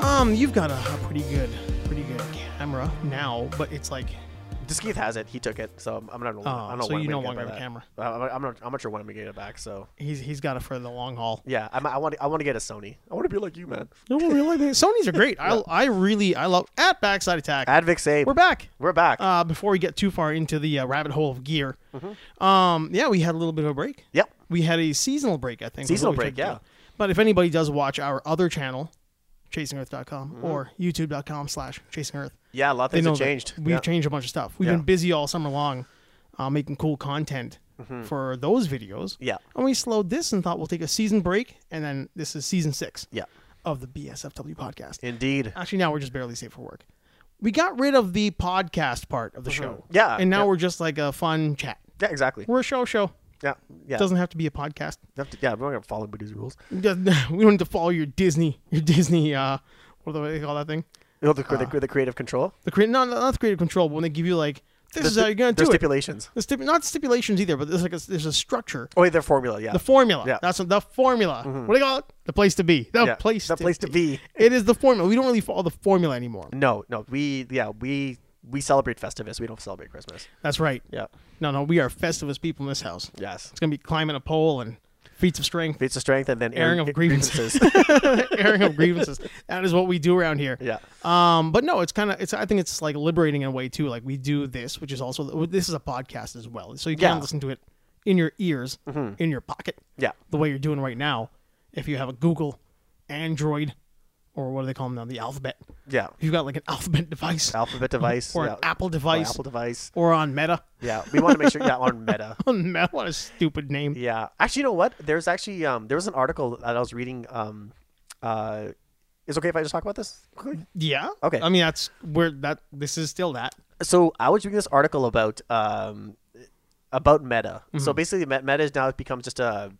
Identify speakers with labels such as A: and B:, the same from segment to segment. A: Um, you've got a pretty good, pretty good camera now, but it's like,
B: This Keith has it. He took it, so I'm, I'm not.
A: oh,
B: I don't know
A: so
B: when
A: you
B: I'm
A: no
B: gonna
A: longer
B: get
A: have a
B: that.
A: camera.
B: Uh, I'm not. I'm not sure when I'm gonna get it back. So
A: He's he's got it for the long haul.
B: yeah, I'm, I want. I want to get a Sony. I want to be like you, man.
A: No, really, they- Sony's are great. I I really I love at backside attack.
B: Advic Save.
A: We're
B: We're,
A: back.
B: back.
A: Uh, before we get too far into the uh, rabbit hole of gear, um, yeah, we had a little bit of a break.
B: Mm-hmm. yep.
A: We had a seasonal break, I think. was what
B: Seasonal
A: we
B: break,
A: tried to
B: yeah.
A: do. But if anybody does watch our other channel, chasingearth.com
B: Mm-hmm.
A: or youtube.com slash chasingearth,
B: Yeah, a lot of
A: they
B: things
A: know
B: have
A: that
B: changed.
A: We've
B: yeah.
A: changed a bunch of stuff. We've
B: Yeah.
A: been busy all summer long uh, making cool content for those videos.
B: Mm-hmm. Yeah.
A: And we slowed this and thought we'll take a season break. And then this is season six
B: Yeah.
A: of the BSFW podcast.
B: Indeed.
A: Actually, now we're just barely safe for work. We got rid of the podcast part of the show.
B: Mm-hmm. Yeah,
A: And now
B: yeah.
A: we're just like a fun chat.
B: Yeah. Exactly.
A: We're a show show.
B: Yeah. Yeah.
A: Doesn't have to be a podcast.
B: Have to- yeah. We're not gonna follow Buddha's rules.
A: It doesn't- We don't need to follow your Disney, your Disney, uh, what do they call that thing?
B: You know, the,
A: Uh,
B: the, the creative control.
A: The cre- no, no, not the creative control, but when they give you like, this
B: There's
A: is how
B: sti-
A: you're going to
B: there's
A: do it.
B: stipulations.
A: The stipu- not stipulations either, but there's like a, there's a structure.
B: Oh, wait, their formula. Yeah.
A: The formula.
B: Yeah. Mm-hmm.
A: That's what, the formula. What do you call it? The place to be. The
B: Yeah,
A: place.
B: the place to be. Mm.
A: It is the formula. We don't really follow the formula anymore.
B: no. No. We. Yeah. We. We celebrate Festivus. We don't celebrate Christmas.
A: That's right.
B: Yeah.
A: No, no, we are festivus people in this house.
B: Yes.
A: It's gonna be climbing a pole and feats of strength,
B: Feats of strength and then
A: Airing of grievances. airing of grievances. That is what we do around here.
B: yeah.
A: Um, but no, it's kind of it's. I think it's like liberating in a way too. Like we do this, which is also this is a podcast as well, so you can
B: Yeah. Mm-hmm.
A: listen to it in your ears, in your pocket,
B: Yeah.
A: the way you're doing right now. If you have a Google, Android, or what do they call them now? The alphabet.
B: Yeah.
A: If you've got like an alphabet device
B: Alphabet device.
A: or
B: yeah.
A: an Apple
B: Or
A: device
B: Apple device.
A: or on Meta.
B: Yeah, we want to make sure. Yeah, on Meta.
A: Meta, what a stupid name.
B: Yeah, actually, you know what? There's actually um, there was an article that I was reading. Um, uh, is it okay if I just talk about this? quickly?
A: Yeah.
B: Okay.
A: I mean, that's where that this is still that.
B: So I was reading this article about um, about Meta.
A: Mm-hmm.
B: So basically, Met- Meta is now become just a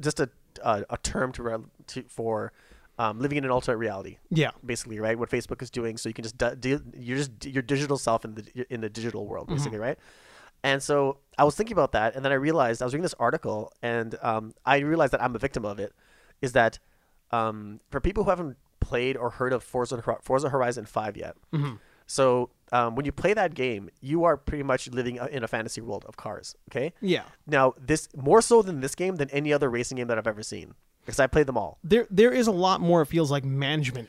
B: just a a, a term to, re- to for um, living in an alternate reality.
A: Yeah.
B: basically right what facebook is doing so you can just di- di- you're just d- your digital self in the in the digital world basically right and so i was thinking about that and then i realized i was reading this article and um, i realized that i'm a victim of it is that um, for people who haven't played or heard of forza, Hor- forza horizon 5 yet so um, when you play that game you are pretty much living a- in a fantasy world of cars okay
A: Yeah.
B: now this more so than this game than any other racing game that i've ever seen because i played them all
A: There there is a lot more. It feels like management.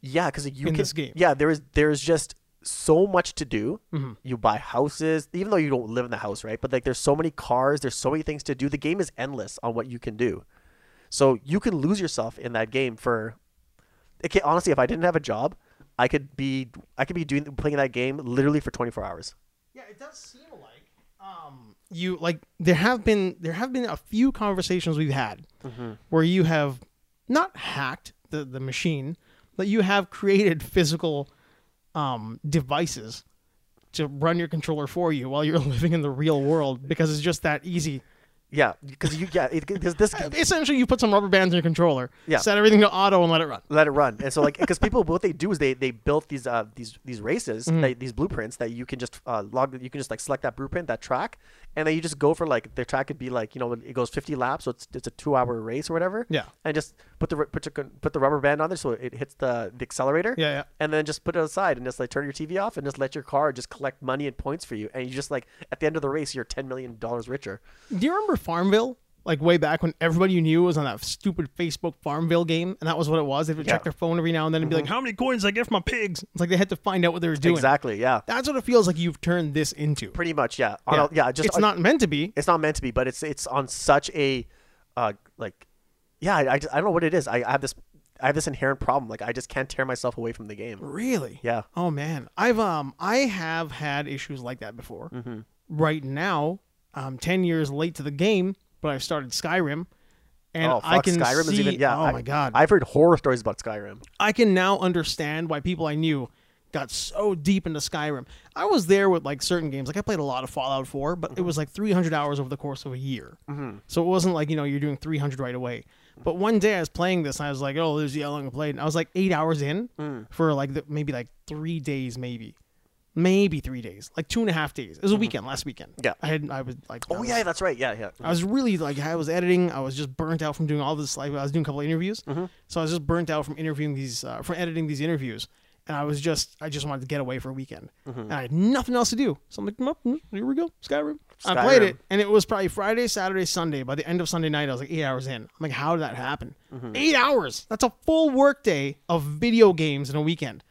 B: Yeah, because you
A: in
B: can,
A: this game. Mm-hmm.
B: Yeah, there is there is just so much to do. You buy houses, even though you don't live in the house, right? But like, there's so many cars, there's so many things to do. The game is endless on what you can do. So you can lose yourself in that game for. It can, honestly, if I didn't have a job, I could be I could be doing playing that game literally for 24 hours.
A: Yeah, it does seem like um, you like there have been there have been a few conversations we've had where you have not hacked the the machine, but you have created physical um, devices to run your controller for you while you're living in the real world because it's just that easy.
B: Yeah, because you yeah because this
A: Essentially, you put some rubber bands in your controller,
B: Yeah.
A: set everything to auto, and let it run.
B: let it run. And so like because people what they do is they they built these uh these these races
A: Mm-hmm.
B: like, these blueprints that you can just uh log you can just like select that blueprint that track and then you just go for like the track could be like you know it goes 50 laps so it's it's a two hour race or whatever
A: Yeah.
B: and just put the ru- put, your, put the rubber band on there so it hits the, the accelerator
A: Yeah, yeah.
B: and then just put it aside and just like turn your TV off and just let your car just collect money and points for you and you just like at the end of the race you're 10 million dollars richer
A: Do you remember Farmville? Like way back when everybody you knew was on that stupid Facebook Farmville game, and that was what it was. They would check
B: Yeah. Mm-hmm.
A: their phone every now and then and be like, "How many coins did I get from my pigs?" It's like they had to find out what they were doing.
B: exactly yeah
A: That's what it feels like you've turned this into.
B: pretty much yeah On a- yeah just
A: it's
B: on-
A: not meant to be.
B: it's not meant to be, but it's it's on such a uh like yeah, I, I, just- I don't know what it is. I, I have this I have this inherent problem. Like I just can't tear myself away from the game.
A: Really?
B: Yeah.
A: Oh man, I've um I have had issues like that before.
B: Mm-hmm.
A: Right now, I'm ten years late to the game, but I've started Skyrim, and
B: oh fuck,
A: I can
B: Skyrim
A: see.
B: is even yeah.
A: oh
B: I,
A: my god,
B: I've heard horror stories about Skyrim.
A: I can now understand why people I knew got so deep into Skyrim. I was there with like certain games. Like I played a lot of Fallout 4, but
B: Mm-hmm.
A: it was like 300 hours over the course of a year. So it wasn't like, you know, you're doing 300 right away. But one day I was playing this and I was like, oh,
B: Mm.
A: there's how long I played. And I was like eight hours in for like the, maybe like three days, maybe. And maybe three days, like two and a half days. It was a weekend last weekend.
B: Mm-hmm. Yeah.
A: I had I was like, I
B: Oh
A: was- Uh,
B: yeah, that's right. Yeah, yeah.
A: I was really like I was editing. I was just burnt out from doing all this. Like I was doing a couple of interviews,
B: Mm-hmm.
A: so I was just burnt out from interviewing these, uh, from editing these interviews, and I was just I just wanted to get away for a weekend,
B: Mm-hmm.
A: and I had nothing else to do. So I'm like, nope, mm, here we go, Skyrim. I played
B: Skyrim.
A: it, and it was probably Friday, Saturday, Sunday. By the end of Sunday night, I was like eight hours in. I'm like, how did that happen?
B: Mm-hmm.
A: Eight hours. That's a full work day of video games in a weekend.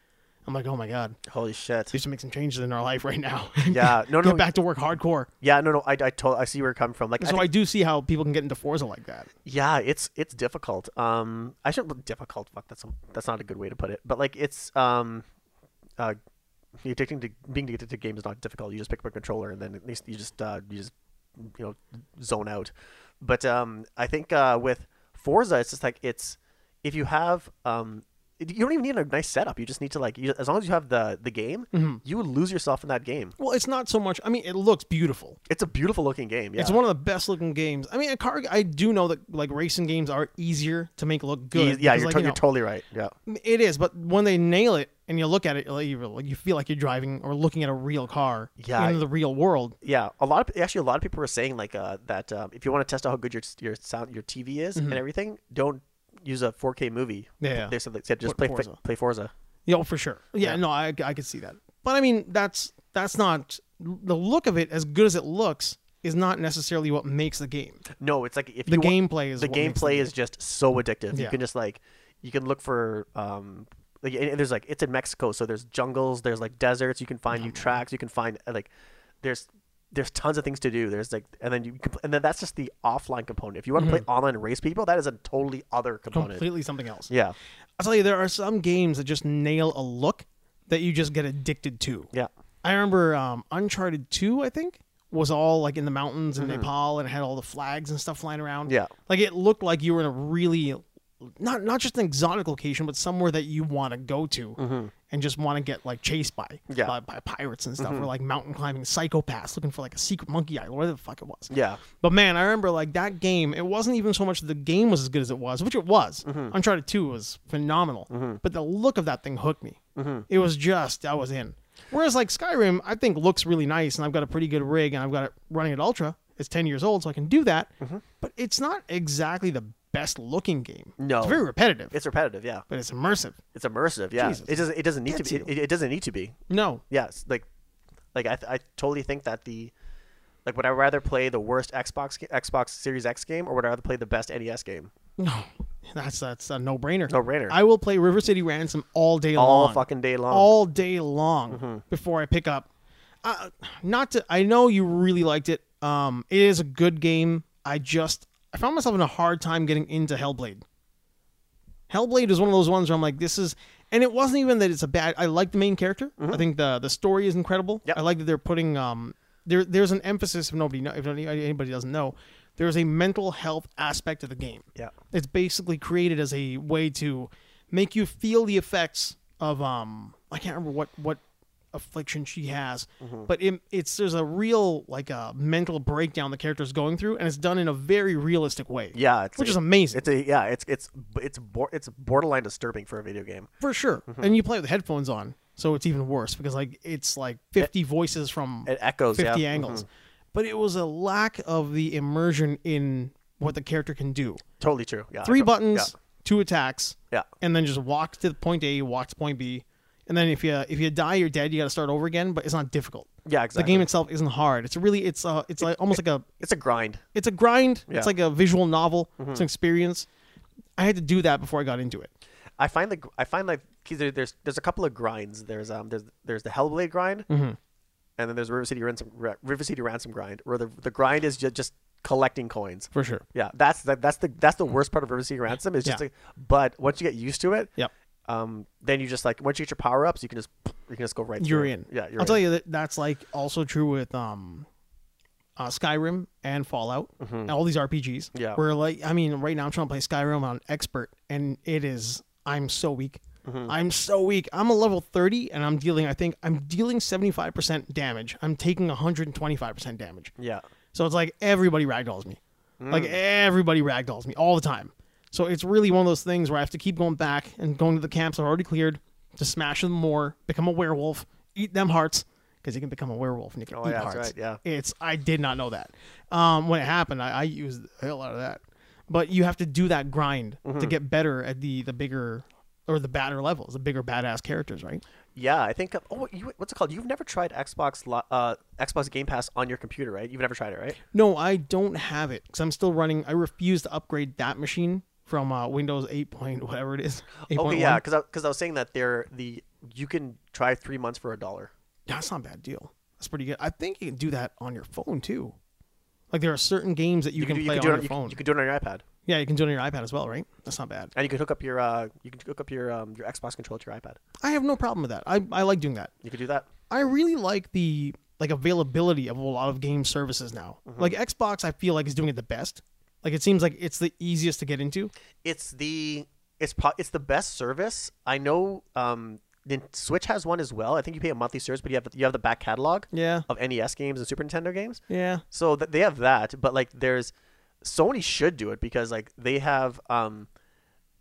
A: I'm like, oh my god,
B: Holy shit.
A: we should make some changes in our life right now.
B: Yeah, no,
A: get
B: no.
A: back to work hardcore.
B: Yeah, no, no. I, I, to- I see where you're coming from. Like, I
A: So
B: think-
A: I do see how people can get into Forza like that.
B: yeah, it's it's difficult. Um, I shouldn't difficult. Fuck, that's that's not a good way to put it. But like, it's um, uh, you're addicting to being addicted to games is not difficult. You just pick up a controller and then at least you just uh, you just you know zone out. But um, I think uh, with Forza, it's just like it's if you have um. it- You don't even need a nice setup. You just need to like, you, as long as you have the the game,
A: Mm-hmm.
B: you would lose yourself in that game.
A: Well, it's not so much. I mean, it looks beautiful.
B: It's a beautiful looking game. Yeah,
A: It's one of the best looking games. I mean, a car. I do know that like racing games are easier to make look
B: You-
A: good.
B: yeah,
A: because,
B: you're,
A: like,
B: to-
A: you
B: you're totally right. Yeah,
A: know, it is. But when they nail it and you look at it, like, you like you feel like you're driving or looking at a real car
B: Yeah.
A: in the real world.
B: yeah. A lot of actually, a lot of people were saying like uh, that um, if you want to test out how good your your sound, your TV is, and everything, don't use a 4K movie.
A: Mm-hmm. Yeah.
B: they said, they said just
A: Play
B: play
A: Forza.
B: Forza. play Forza.
A: Yeah, oh, for sure. Yeah, no, I I could see that. But I mean, that's that's not the look of it. As good as it looks, is not necessarily what makes the game.
B: No, it's like if
A: The
B: you wa-
A: gameplay is
B: the
A: what makes the
B: gameplay
A: game.
B: is just so addictive.
A: Yeah.
B: You can just like you can look for um like and- and there's like it's in Mexico, so there's jungles, there's like deserts. You can find
A: Mm-hmm.
B: new tracks. You can find uh, like there's there's tons of things to do. There's like and then you can, pl- and then that's just the offline component. If you want to
A: Mm-hmm.
B: play online and race people, that is a totally other component.
A: completely something else.
B: Yeah.
A: I'll tell you, there are some games that just nail a look that you just get addicted to.
B: Yeah.
A: I remember um, Uncharted 2, I think, was all like in the mountains in Nepal and it had all the flags and stuff flying around.
B: Mm-hmm. Yeah.
A: Like it looked like you were in a really, not not just an exotic location, but somewhere that you want to go to and just want to get like chased by,
B: Mm-hmm. Yeah. Mm-hmm.
A: by, by pirates and stuff or like mountain climbing psychopaths looking for like a secret monkey island, whatever the fuck it was.
B: Yeah.
A: But man, I remember like that game. It wasn't even so much that the game was as good as it was, which it was.
B: Mm-hmm.
A: Uncharted Two was phenomenal, but the look of that thing hooked me.
B: Mm-hmm.
A: It was just I was in. Whereas like Skyrim, I think looks really nice, and I've got a pretty good rig, and I've got it running at ultra. It's ten years old, so I can do that.
B: Mm-hmm.
A: But it's not exactly the best looking game.
B: No.
A: it's very repetitive,
B: It's repetitive. Yeah.
A: but it's immersive.
B: It's immersive. Yeah.
A: Jesus.
B: It doesn't. It doesn't need to
A: Gets
B: be.
A: you.
B: It, it doesn't need to be.
A: No,
B: Yes. Like, like I, th- I totally think that the, like, would I rather play the worst Xbox ga- Xbox Series X game or would I rather play the best NES game?
A: no, that's that's a no brainer.
B: No-brainer.
A: I will play River City Ransom all day
B: All
A: long.
B: fucking day long. Mm-hmm.
A: all day long before I pick up. Uh, not to, I know you really liked it. Um, it is a good game. I just, I found myself in a hard time getting into Hellblade. Hellblade is one of those ones where I'm like, this is, and it wasn't even that it's a bad. I like the main character. I think the the story is incredible.
B: Mm-hmm. Yep.
A: I like that they're putting um there there's an emphasis if nobody know, if any- anybody doesn't know, there's a mental health aspect of the game.
B: Yeah.
A: It's basically created as a way to make you feel the effects of um I can't remember what what affliction she has,
B: Mm-hmm.
A: but it, it's there's a real like a mental breakdown the character's going through, and it's done in a very realistic way.
B: Yeah. It's,
A: which is amazing.
B: It's a yeah. It's it's it's bor- it's borderline disturbing for a video game.
A: For sure.
B: Mm-hmm.
A: And you play with headphones on, so it's even worse because like it's like 50 voices from
B: It echoes.
A: 50
B: yeah. Mm-hmm.
A: angles. But it was a lack of the immersion in what the character can do.
B: Totally true. Yeah.
A: Three
B: Yeah.
A: buttons, two attacks,
B: Yeah.
A: and then just walk to point A, walk to point B. And then if you if you die, you're dead. You got to start over again, but it's not difficult.
B: Yeah.
A: The
B: Exactly.
A: game itself isn't hard. It's really it's uh it's like almost like a
B: It's a grind.
A: it's a grind.
B: Yeah. Mm-hmm.
A: It's like a visual novel. It's an experience. I had to do that before I got into it.
B: I find the gr- I find like 'cause there, there's there's a couple of grinds. There's um there's there's the Hellblade grind,
A: Mm-hmm.
B: and then there's River City Ransom Ra- River City Ransom grind, where the the grind is just, just collecting coins.
A: For sure.
B: Yeah, that's the, that's the that's the worst part of River City Ransom. Is just
A: Yeah.
B: like, but once you get used to it,
A: Yep.
B: Um, then you just like once you get your power ups, you can just you can just go right.
A: you're
B: through it.
A: in.
B: Yeah, you're
A: I'll tell
B: in.
A: you that that's like also true with um, uh, Skyrim and Fallout and all these RPGs.
B: Mm-hmm. Yeah.
A: where like I mean, right now I'm trying to play Skyrim on expert, and it is I'm so weak.
B: Mm-hmm.
A: I'm so weak. I'm a level 30, and I'm dealing. I think I'm dealing 75% damage. I'm taking 125% damage.
B: Yeah,
A: So it's like everybody ragdolls me.
B: Mm.
A: Like everybody ragdolls me all the time. So it's really one of those things where I have to keep going back and going to the camps I've already cleared to smash them more, become a werewolf, eat them hearts, because you can become a werewolf and you can
B: Oh,
A: eat
B: yeah, that's
A: hearts.
B: right, yeah.
A: It's I did not know that. Um, when it happened, I, I used the hell out of that. But you have to do that grind to
B: Mm-hmm.
A: get better at the the bigger or the badder levels, the bigger badass characters, right?
B: Yeah, I think. Oh, you, what's it called? You've never tried Xbox Li- uh, Xbox Game Pass on your computer, right? You've never tried it, right?
A: No, I don't have it because I'm still running. I refuse to upgrade that machine from uh, Windows 8 point whatever it is. 8.1.
B: Okay, Oh, yeah, because because I, was saying that they're the you can try three months for a dollar.
A: that's not a bad deal. That's pretty good. I think you can do that on your phone too. Like there are certain games that you, can,
B: do-
A: play
B: do it
A: on your
B: you, can-
A: phone.
B: You can do it on your iPad,
A: yeah, you can do it on your iPad as well, right? That's not bad.
B: and you can hook up your uh, you can hook up your um, your Xbox controller to your iPad.
A: I have no problem with that. I, I like doing that.
B: You can do that.
A: I really like the like availability of a lot of game services now. Like Xbox, I feel like is doing it the best. Like it seems like it's the easiest to get into.
B: It's the it's po- it's the best service. I know. Um, the Switch has one as well. I think you pay a monthly service, but you have the, you have the back catalog
A: Yeah,
B: of NES games and Super Nintendo games.
A: yeah.
B: So th- they have that, but like there's Sony should do it because like they have um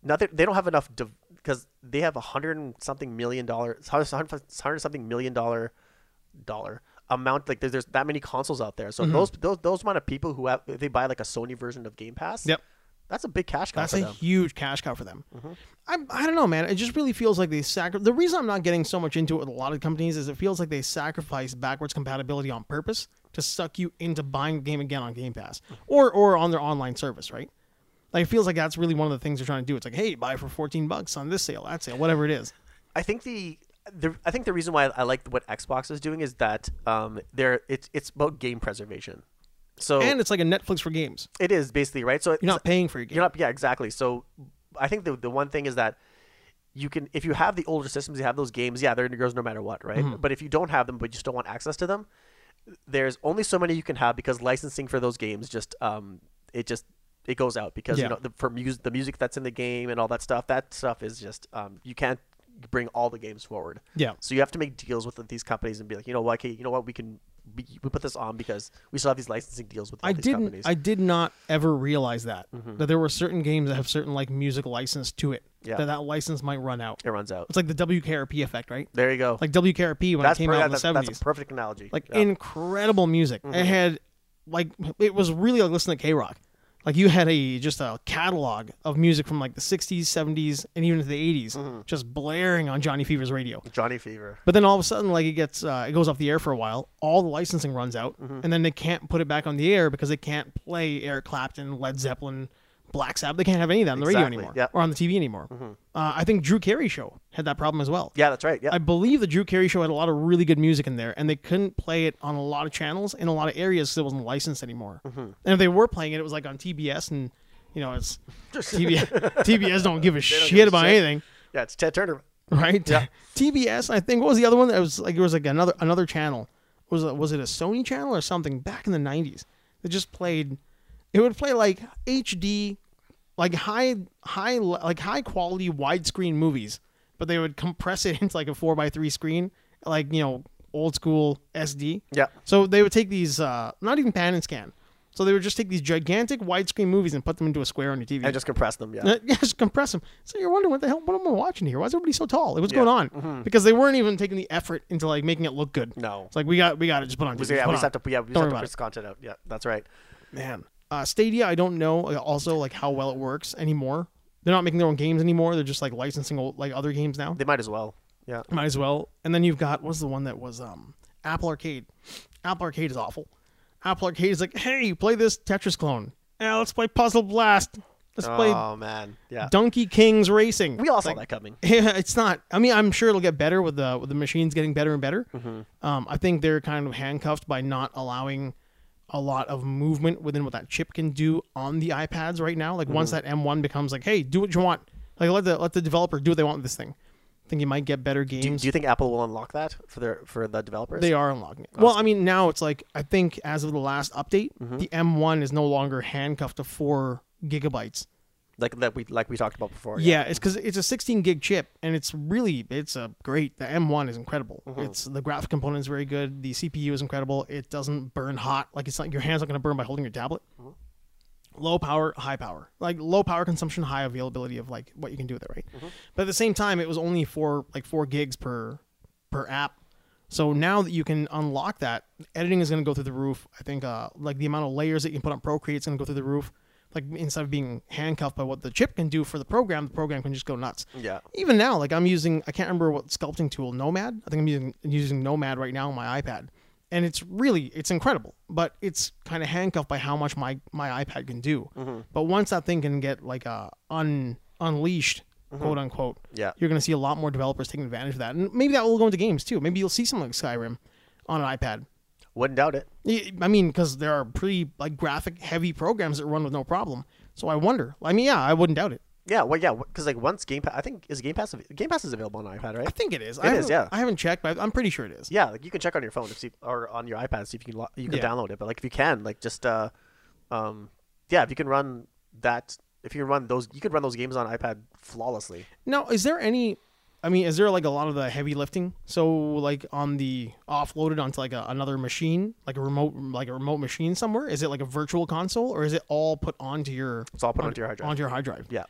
B: nothing they don't have enough because they have a hundred and something million dollar hundred hundred something million dollar dollar amount like there's, there's that many consoles out there. So
A: Mm-hmm.
B: those those those amount of people who have if they buy like a Sony version of Game Pass.
A: Yep.
B: That's a big cash cow
A: That's
B: for
A: a
B: them.
A: huge cash cow for them. I, I don't know, man. It just really feels like they sacri- The reason I'm not getting so much into it with a lot of companies is it feels like they sacrifice backwards compatibility on purpose to suck you into buying the game again on Game Pass or or on their online service, right? Like it feels like that's really one of the things they're trying to do. It's like, hey, buy for 14 bucks on this sale, that sale, whatever it is.
B: I think the, the I think the reason why I like what Xbox is doing is that um they're it's it's about game preservation. So
A: And it's like a Netflix for games.
B: it is basically right. So
A: You're not paying for your game.
B: You're not, yeah, exactly. So I think the the one thing is that you can if you have the older systems, you have those games. Yeah, they're in yours no matter what, right?
A: Mm-hmm.
B: But if you don't have them, but you still want access to them, there's only so many you can have because licensing for those games just um it just it goes out because
A: Yeah.
B: you know the, for music the music that's in the game and all that stuff that stuff is just um you can't bring all the games forward.
A: Yeah.
B: So you have to make deals with these companies and be like, you know what, okay, you know what, we can be, we put this on because we still have these licensing deals with all
A: I
B: these
A: didn't.
B: companies. Mm-hmm.
A: I did not ever realize that that there were certain games that have certain like music license to it.
B: Yeah.
A: That that license might run out.
B: it runs out.
A: It's like the WKRP effect, right?
B: There you go.
A: Like WKRP when
B: that's
A: it came out
B: per-
A: in the
B: that- that's
A: seventies.
B: a perfect analogy.
A: Like
B: Yeah. Mm-hmm.
A: incredible music. It had like it was really like listening to K rock. Like you had a just a catalog of music from like the sixties, seventies, and even to the 80s
B: Mm-hmm.
A: just blaring on Johnny Fever's radio.
B: Johnny Fever.
A: But then all of a sudden, like it gets, uh, it goes off the air for a while. All the licensing runs out,
B: Mm-hmm.
A: and then they can't put it back on the air because they can't play Eric Clapton, Led Zeppelin, Black Sabbath. They can't have any of that on the
B: Exactly,
A: radio anymore
B: yeah. Mm-hmm.
A: or on the TV anymore. Uh, I think Drew Carey show had that problem as well.
B: Yeah, that's right. Yeah,
A: I believe the Drew Carey show had a lot of really good music in there, and they couldn't play it on a lot of channels in a lot of areas because it wasn't licensed anymore. And if they were playing it, it was like on TBS, and you know, it's TBS. TBS don't give a shit
B: give a
A: about
B: shit.
A: anything
B: yeah. It's Ted Turner.
A: right? TBS, I think. What was the other one? That was like it was like another another channel. Was it, was it a Sony channel or something back in the '90s? That just played. It would play like HD, like high high like high quality widescreen movies, but they would compress it into like a four by three screen, like you know old school SD.
B: Yeah.
A: So they would take these, uh, not even pan and scan. So they would just take these gigantic widescreen movies and put them into a square on your TV.
B: I just compressed them. Yeah,
A: Uh, Yeah, just compress them. So you're wondering what the hell, what am I watching here? Why is everybody so tall? It was going on because they weren't even taking the effort into like making it look good.
B: Mm-hmm. No.
A: it's like we got we got to just put on.
B: we, yeah, we just have to. Yeah, we just
A: worry
B: have to
A: about
B: press content out. Yeah, that's right.
A: man. Uh, Stadia, I don't know. like, Also, like how well it works anymore. They're not making their own games anymore. They're just like licensing old, like other games now.
B: They might as well. Yeah,
A: Might as well. And then you've got what's the one that was um Apple Arcade. Apple Arcade is awful. Apple Arcade is like, hey, play this Tetris clone. Yeah, let's play Puzzle Blast. Let's play
B: Oh man. Yeah,
A: Donkey King's Racing.
B: we all saw that coming.
A: Yeah, it's not. I mean, I'm sure it'll get better with the with the machines getting better and better. Um, I think they're kind of handcuffed by not allowing a lot of movement within what that chip can do on the iPads right now. Like once that M1 becomes like, hey, do what you want. Like let the let the developer do what they want with this thing. I think you might get better games.
B: Do you think Apple will unlock that for their for the developers?
A: they are unlocking it. Well, I mean, now it's like I think as of the last update, the M1 is no longer handcuffed to four gigabytes.
B: like that we like we talked about before.
A: Yeah, it's because it's a 16 gig chip, and it's really it's a great. The M1 is incredible. It's the graphic component is very good. The CPU is incredible. It doesn't burn hot. Like it's not your hands not going to burn by holding your tablet. Low power, high power. Like low power consumption, high availability of like what you can do with it, right? But at the same time, it was only for like four gigs per per app So now that you can unlock that, editing is going to go through the roof. I think uh, like the amount of layers that you can put on Procreate is going to go through the roof. Like instead of being handcuffed by what the chip can do for the program, the program can just go nuts.
B: Yeah.
A: Even now, like I'm using, I can't remember what sculpting tool, Nomad. I think I'm using using Nomad right now on my iPad, and it's really it's incredible. But it's kind of handcuffed by how much my my iPad can do.
B: Mm-hmm.
A: But once that thing can get like uh, un unleashed, quote unquote,
B: Mm-hmm. Yeah.
A: you're going to see a lot more developers taking advantage of that. And maybe that will go into games too. Maybe you'll see something like Skyrim on an iPad.
B: Wouldn't doubt it.
A: Y- I mean, because there are pretty like graphic heavy programs that run with no problem. So I wonder. I mean, yeah, I wouldn't doubt it.
B: Yeah. Well, yeah. Because like once Game Pass, I think is Game Pass av- Game Pass is available on iPad,
A: I
B: right?
A: think it is.
B: It
A: I
B: is,
A: haven't-
B: yeah.
A: I haven't checked, but I'm pretty sure it is.
B: Yeah. Like you can check on your phone to see or on your iPad to see if you can lo- you can
A: Yeah.
B: download it. But like if you can, like just uh, um, yeah, if you can run that, if you can run those, you could run those games on iPad flawlessly.
A: Now, is there any? I mean, is there like a lot of the heavy lifting? So like on the offloaded onto like a, another machine, like a remote, like a remote machine somewhere. Is it like a virtual console, or is it all put onto your?
B: It's all put onto your hard drive.
A: Onto your hard drive. Hmm.
B: Yeah.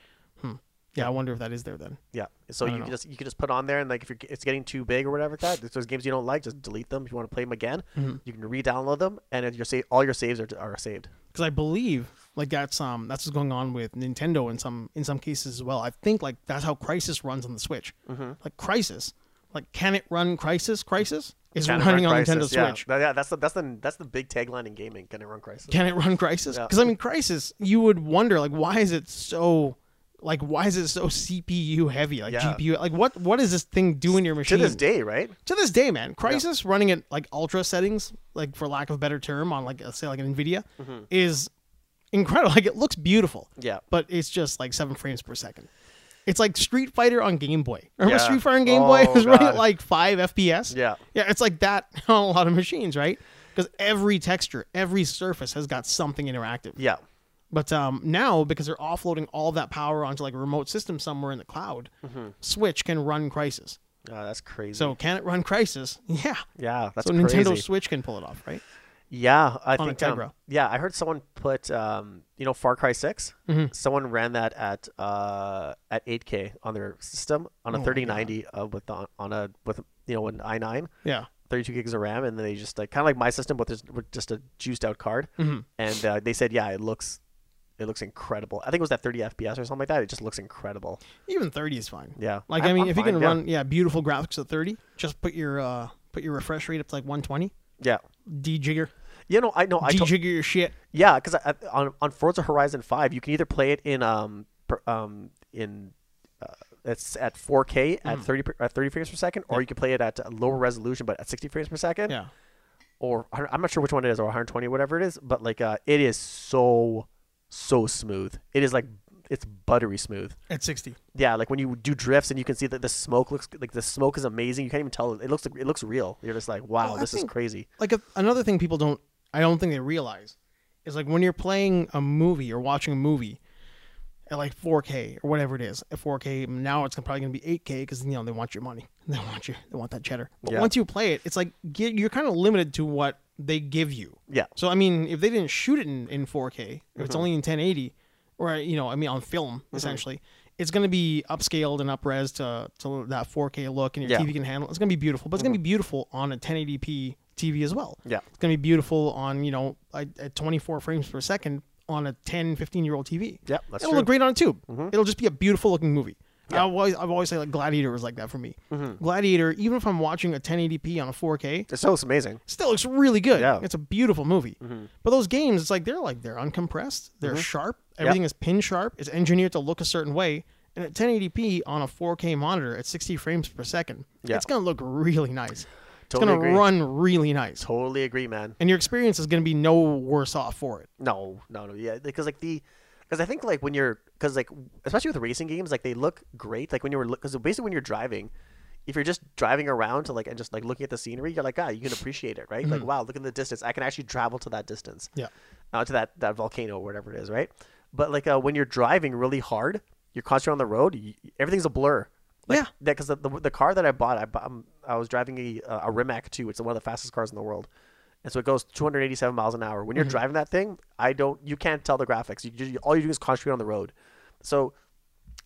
A: Yeah, I wonder if that is there then.
B: Yeah. So
A: I
B: you
A: don't
B: can
A: know.
B: just you can just put on there and like if you're, it's getting too big or whatever like that, if there's games you don't like, just delete them. If you want to play them again,
A: Mm-hmm.
B: you can re-download them and your save all your saves are, are saved.
A: because I believe like that's um that's what's going on with Nintendo in some in some cases as well. I think like that's how Crisis runs on the Switch.
B: Mm-hmm.
A: Like Crisis, like can it run Crisis? Crisis is
B: Can it
A: running
B: run
A: on
B: Crysis?
A: Nintendo
B: yeah.
A: Switch.
B: That- yeah, that's the that's the that's the big tagline in gaming. Can it run Crisis?
A: Can it run Crisis?
B: Yeah.
A: Because I mean Crisis, you would wonder like why is it so like why is it so CPU heavy like
B: Yeah.
A: GPU like what what is this thing doing to your
B: to
A: machine
B: this day, right?
A: to this day, man, Crisis running at like ultra settings, like for lack of a better term, on like uh, say like an Nvidia, is incredible. Like it looks beautiful.
B: Mm-hmm. Yeah.
A: But it's just like seven frames per second. It's like Street Fighter on Game Boy. Remember
B: Yeah.
A: Street Fighter on Game
B: Oh,
A: Boy? It was running at
B: God.
A: like five FPS.
B: Yeah.
A: Yeah, it's like that on a lot of machines, right? Because every texture, every surface has got something interactive.
B: Yeah.
A: But um, now, because they're offloading all that power onto like a remote system somewhere in the cloud,
B: Mm-hmm.
A: Switch can run Crisis.
B: Oh, that's crazy.
A: So can it run Crisis? Yeah.
B: yeah, that's
A: So
B: crazy.
A: Nintendo Switch can pull it off, right?
B: yeah, I
A: on
B: think
A: Tegra.
B: um, yeah, I heard someone put um, you know Far Cry 6
A: Mm-hmm.
B: Someone ran that at uh, at 8K on their system on
A: Oh
B: a 3090 uh, with the, on a with you know an i9.
A: Yeah.
B: 32 gigs of RAM, and they just like kind of like my system, but there's with just a juiced out card.
A: Mm-hmm.
B: And uh, they said, yeah, it looks, it looks incredible. I think it was that 30 FPS or something like that. It just looks incredible.
A: Even 30 is fine.
B: Yeah.
A: Like
B: I'm-
A: i mean,
B: I'm
A: if you
B: fine,
A: can
B: yeah.
A: run yeah beautiful graphics at 30, just put your uh put your refresh rate up to like 120,
B: Yeah.
A: de-jigger,
B: You know, I know. I to-
A: de-jigger your shit.
B: yeah, because on on Forza Horizon 5, you can either play it in um per, um in uh, it's at 4K
A: Hmm.
B: at 30 per, at 30 frames per second, or you can play it at a lower resolution but at 60 frames per second.
A: Yeah.
B: Or I don't- I'm not sure which one it is, or 120, whatever it is. But like, uh, it is so so smooth. It is like it's buttery smooth.
A: At 60.
B: Yeah, like when you do drifts and you can see that the smoke looks like the smoke is amazing. You can't even tell it looks like, it looks real. You're just like, wow,
A: Well, I
B: this is
A: think-
B: crazy.
A: Like a, another thing people don't I don't think they realize is like when you're playing a movie or watching a movie at like 4K or whatever it is. At 4K now it's probably going to be 8K cuz you know they want your money. They want your they want that cheddar. But
B: Yeah.
A: once you play it, it's like get, you're kind of limited to what they give you.
B: Yeah, Uh-huh.
A: So I mean, if they didn't shoot it in, in 4K, if it's only in 1080, or you know, I mean, on film essentially, it's going to be upscaled and upres to to that 4K look, and your
B: Yeah. Uh-huh.
A: TV can handle. it. It's going to be beautiful, but it's going to be beautiful on a 1080p TV as well.
B: Yeah.
A: it's going to be beautiful on you know at at 24 frames per second on a 10, 15 year old TV.
B: Yep, that's
A: it'll
B: true. Mm-hmm.
A: look great on a tube. It'll just be a beautiful looking movie. I always, I've always said like Gladiator was like that for me.
B: Mm-hmm.
A: Gladiator, even if I'm watching a 1080p on a 4K,
B: it's so it's amazing.
A: still looks really good.
B: Yeah. Mm-hmm.
A: It's a beautiful movie. But those games, it's like they're like they're uncompressed, they're sharp, everything is pin sharp, it's engineered to look a certain way. And at 1080p on a 4K monitor at 60 frames per second,
B: Yeah.
A: it's gonna look really nice.
B: Totally
A: it's gonna
B: agree.
A: run really nice.
B: Totally agree, man.
A: And your experience is gonna be no worse off for it.
B: No, no, no. Yeah, because like the, because I think like when you're, because like especially with racing games, like they look great. Like when you were, because basically when you're driving, if you're just driving around to like and just like looking at the scenery, you're like, ah, you can appreciate it, right? Like wow, look at the distance. I can actually travel to that distance.
A: Yeah.
B: Uh, to that that volcano or whatever it is, right? But like uh, when you're driving really hard, you're constantly on the road. You, everything's a blur. Like,
A: Yeah.
B: That because the, the the car that I bought, I bu- um, I was driving a uh, a Rimac too. It's one of the fastest cars in the world, and so it goes 287 miles an hour. When you're driving that thing, I don't, you can't tell the graphics. You, you all you do is concentrate on the road. So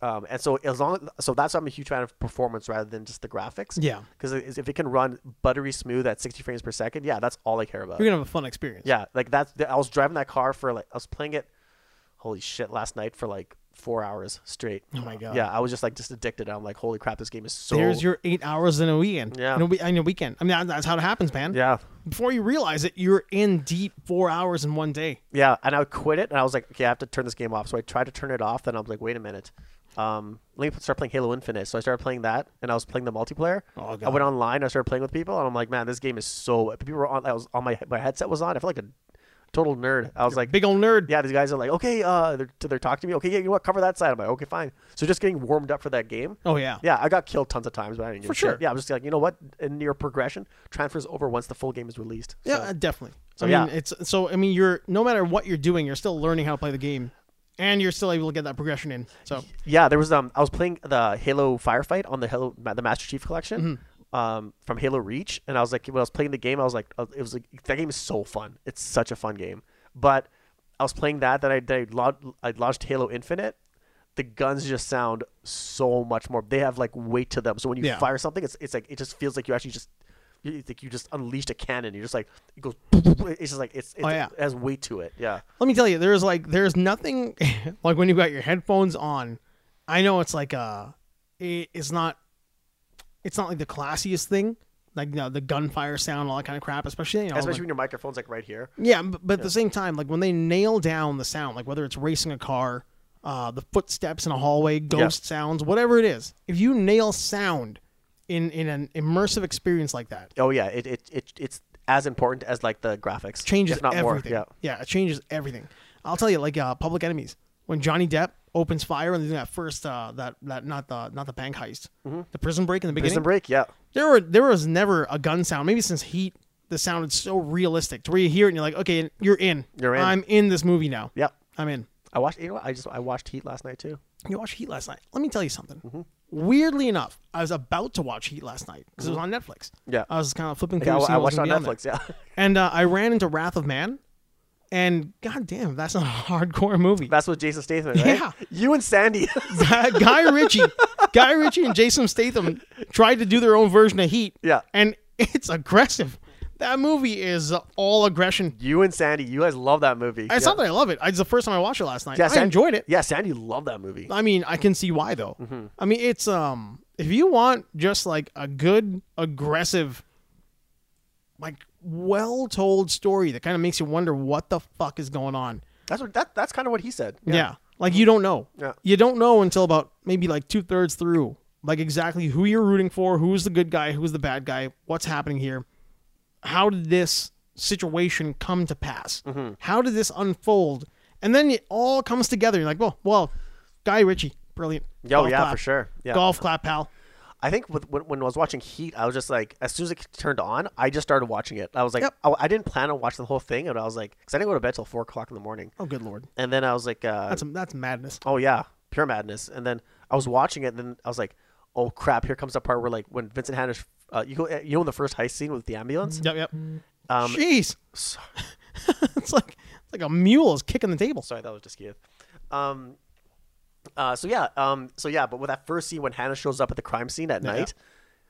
B: Um, and so as long so that's why I'm a huge fan of performance rather than just the graphics.
A: Yeah.
B: Because if it can run buttery smooth at 60 frames per second, yeah, that's all I care about.
A: You're gonna have a fun experience.
B: Yeah, like that's. I was driving that car for like I was playing it. Holy shit! Last night for like four hours straight.
A: Oh my God.
B: Yeah, I was just like just addicted. I'm like, holy crap, this game is so.
A: There's your eight hours in a weekend.
B: Yeah.
A: In a, we- in a weekend. I mean, that- that's how it happens, man.
B: Yeah,
A: Before you realize it, you're in deep four hours in one day.
B: yeah, and I would quit it, and I was like, okay, I have to turn this game off. So I tried to turn it off, then I was like, wait a minute. Um, let me start playing Halo Infinite. So I started playing that, and I was playing the multiplayer.
A: Oh, God.
B: I went online. I started playing with people, and I'm like, man, this game is so. People were on. I was on my my headset was on. I felt like a total nerd. I was like,
A: Big old nerd.
B: yeah, these guys are like, okay, uh, they're, they're talking to me. Okay, yeah, you know what? Cover that side. I'm like, okay, fine. So just getting warmed up for that game.
A: Oh yeah.
B: Yeah, I got killed tons of times, but I didn't give
A: For
B: a shit.
A: sure.
B: Yeah, I'm just like, you know what? In your progression, transfer's over once the full game is released.
A: Yeah,
B: So,
A: uh, definitely.
B: so,
A: I mean,
B: yeah.
A: it's so. I mean, you're no matter what you're doing, you're still learning how to play the game, and you're still able to get that progression in. So
B: yeah, there was um, I was playing the Halo Firefight on the Halo Ma- the Master Chief Collection.
A: Mm-hmm.
B: Um, from Halo Reach, and I was like, when I was playing the game, I was like, uh, it was like that game is so fun. It's such a fun game. But I was playing that, then I then I, lau- I launched Halo Infinite. The guns just sound so much more. They have like weight to them. So when you
A: Yeah.
B: fire something, it's it's like it just feels like you actually just you, it's like you just unleashed a cannon. You're just like it goes. It's just like it's, it's
A: Oh, yeah.
B: it has weight to it. Yeah.
A: let me tell you, there's like there's nothing like when you got your headphones on. I know it's like uh, it, it's not, it's not like the classiest thing, like you know, the gunfire sound, all that kind of crap. Especially you know,
B: Especially
A: like-
B: when your microphone's like right here.
A: Yeah, but, but at the same time, like when they nail down the sound, like whether it's racing a car, uh, the footsteps in a hallway, ghost sounds, whatever it is, if you nail sound in in an immersive experience like that,
B: Oh yeah, it, it, it it's as important as like the graphics.
A: changes
B: if not
A: everything.
B: more. Yeah.
A: it changes everything. I'll tell you, like uh, Public Enemies, when Johnny Depp opens fire and they do that first uh, that that not the not the bank heist, the prison break in the beginning.
B: Mm-hmm. Prison Break. Yeah.
A: there were there was never a gun sound. Maybe since Heat, the sounded so realistic to where you hear it and you're like, okay, you're in.
B: You're in.
A: I'm in this movie now.
B: Yeah.
A: I'm in.
B: I watched. You know what? I just I watched Heat last night too.
A: You watched Heat last night. Let me tell you something.
B: Mm-hmm.
A: Weirdly enough, I was about to watch Heat last night because it was on Netflix.
B: Mm-hmm. Yeah.
A: I was kind of flipping
B: Yeah,
A: through.
B: I,
A: seeing
B: I
A: what was
B: watched it on
A: gonna be there.
B: Netflix. Yeah.
A: and uh, I ran into Wrath of Man, and goddamn, that's not a hardcore movie.
B: That's with Jason Statham, right?
A: Yeah.
B: You and Sandy.
A: Guy Ritchie, Guy Ritchie, and Jason Statham tried to do their own version of Heat.
B: Yeah.
A: and it's aggressive. That movie is all aggression.
B: you and Sandy. You guys love that movie.
A: It's not that I love it. It's the first time I watched it last night.
B: Yeah,
A: I
B: Sandy-
A: enjoyed it.
B: Yeah, Sandy loved that movie.
A: I mean, I can see why though. I mean, it's um, if you want just like a good, aggressive, like well-told story that kind of makes you wonder what the fuck is going on.
B: That's what that, that's kind of what he said.
A: Yeah, like you don't know.
B: Mm-hmm. Yeah.
A: you don't know until about maybe like two thirds through, like exactly who you're rooting for, who's the good guy, who's the bad guy, what's happening here, how did this situation come to pass,
B: Mm-hmm.
A: how did this unfold, and then it all comes together. You're like, well, well, Guy Ritchie, brilliant.
B: Yeah, oh,
A: Golf
B: yeah,
A: clap.
B: for sure. Yeah.
A: Golf clap, pal.
B: I think with, when, when I was watching Heat, I was just like, as soon as it turned on, I just started watching it. I was like,
A: Yep.
B: I, I didn't plan on watching the whole thing, and I was like, because I didn't go to bed till four o'clock in the morning,
A: Oh, good lord,
B: and then I was like, uh,
A: that's that's madness.
B: Oh yeah, pure madness. And then I was watching it, and then I was like, "Oh crap!" Here comes that part where like when Vincent Hanna's, uh, you go, you know, in the first heist scene with the ambulance.
A: Yep, yep.
B: Um,
A: Jeez, it's like it's like a mule is kicking the table.
B: Sorry, that was just Keith. Um, uh, so yeah, um, so yeah, but with that first scene when Hannah shows up at the crime scene at
A: Yeah.
B: night,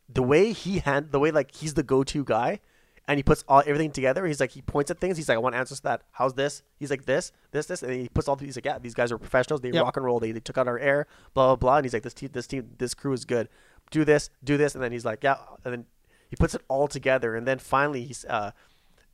B: the way he hand, the way like he's the go-to guy, and he puts all everything together. He's like he points at things. He's like, I want answers to that. How's this? He's like this, this, this, and he puts all. He's like, yeah, these guys are professionals. They
A: Yep.
B: rock and roll. They, they took out our air. Blah blah blah. And he's like, this team, this team, this crew is good. Do this, do this, and then he's like, yeah, and then he puts it all together, and then finally he's uh,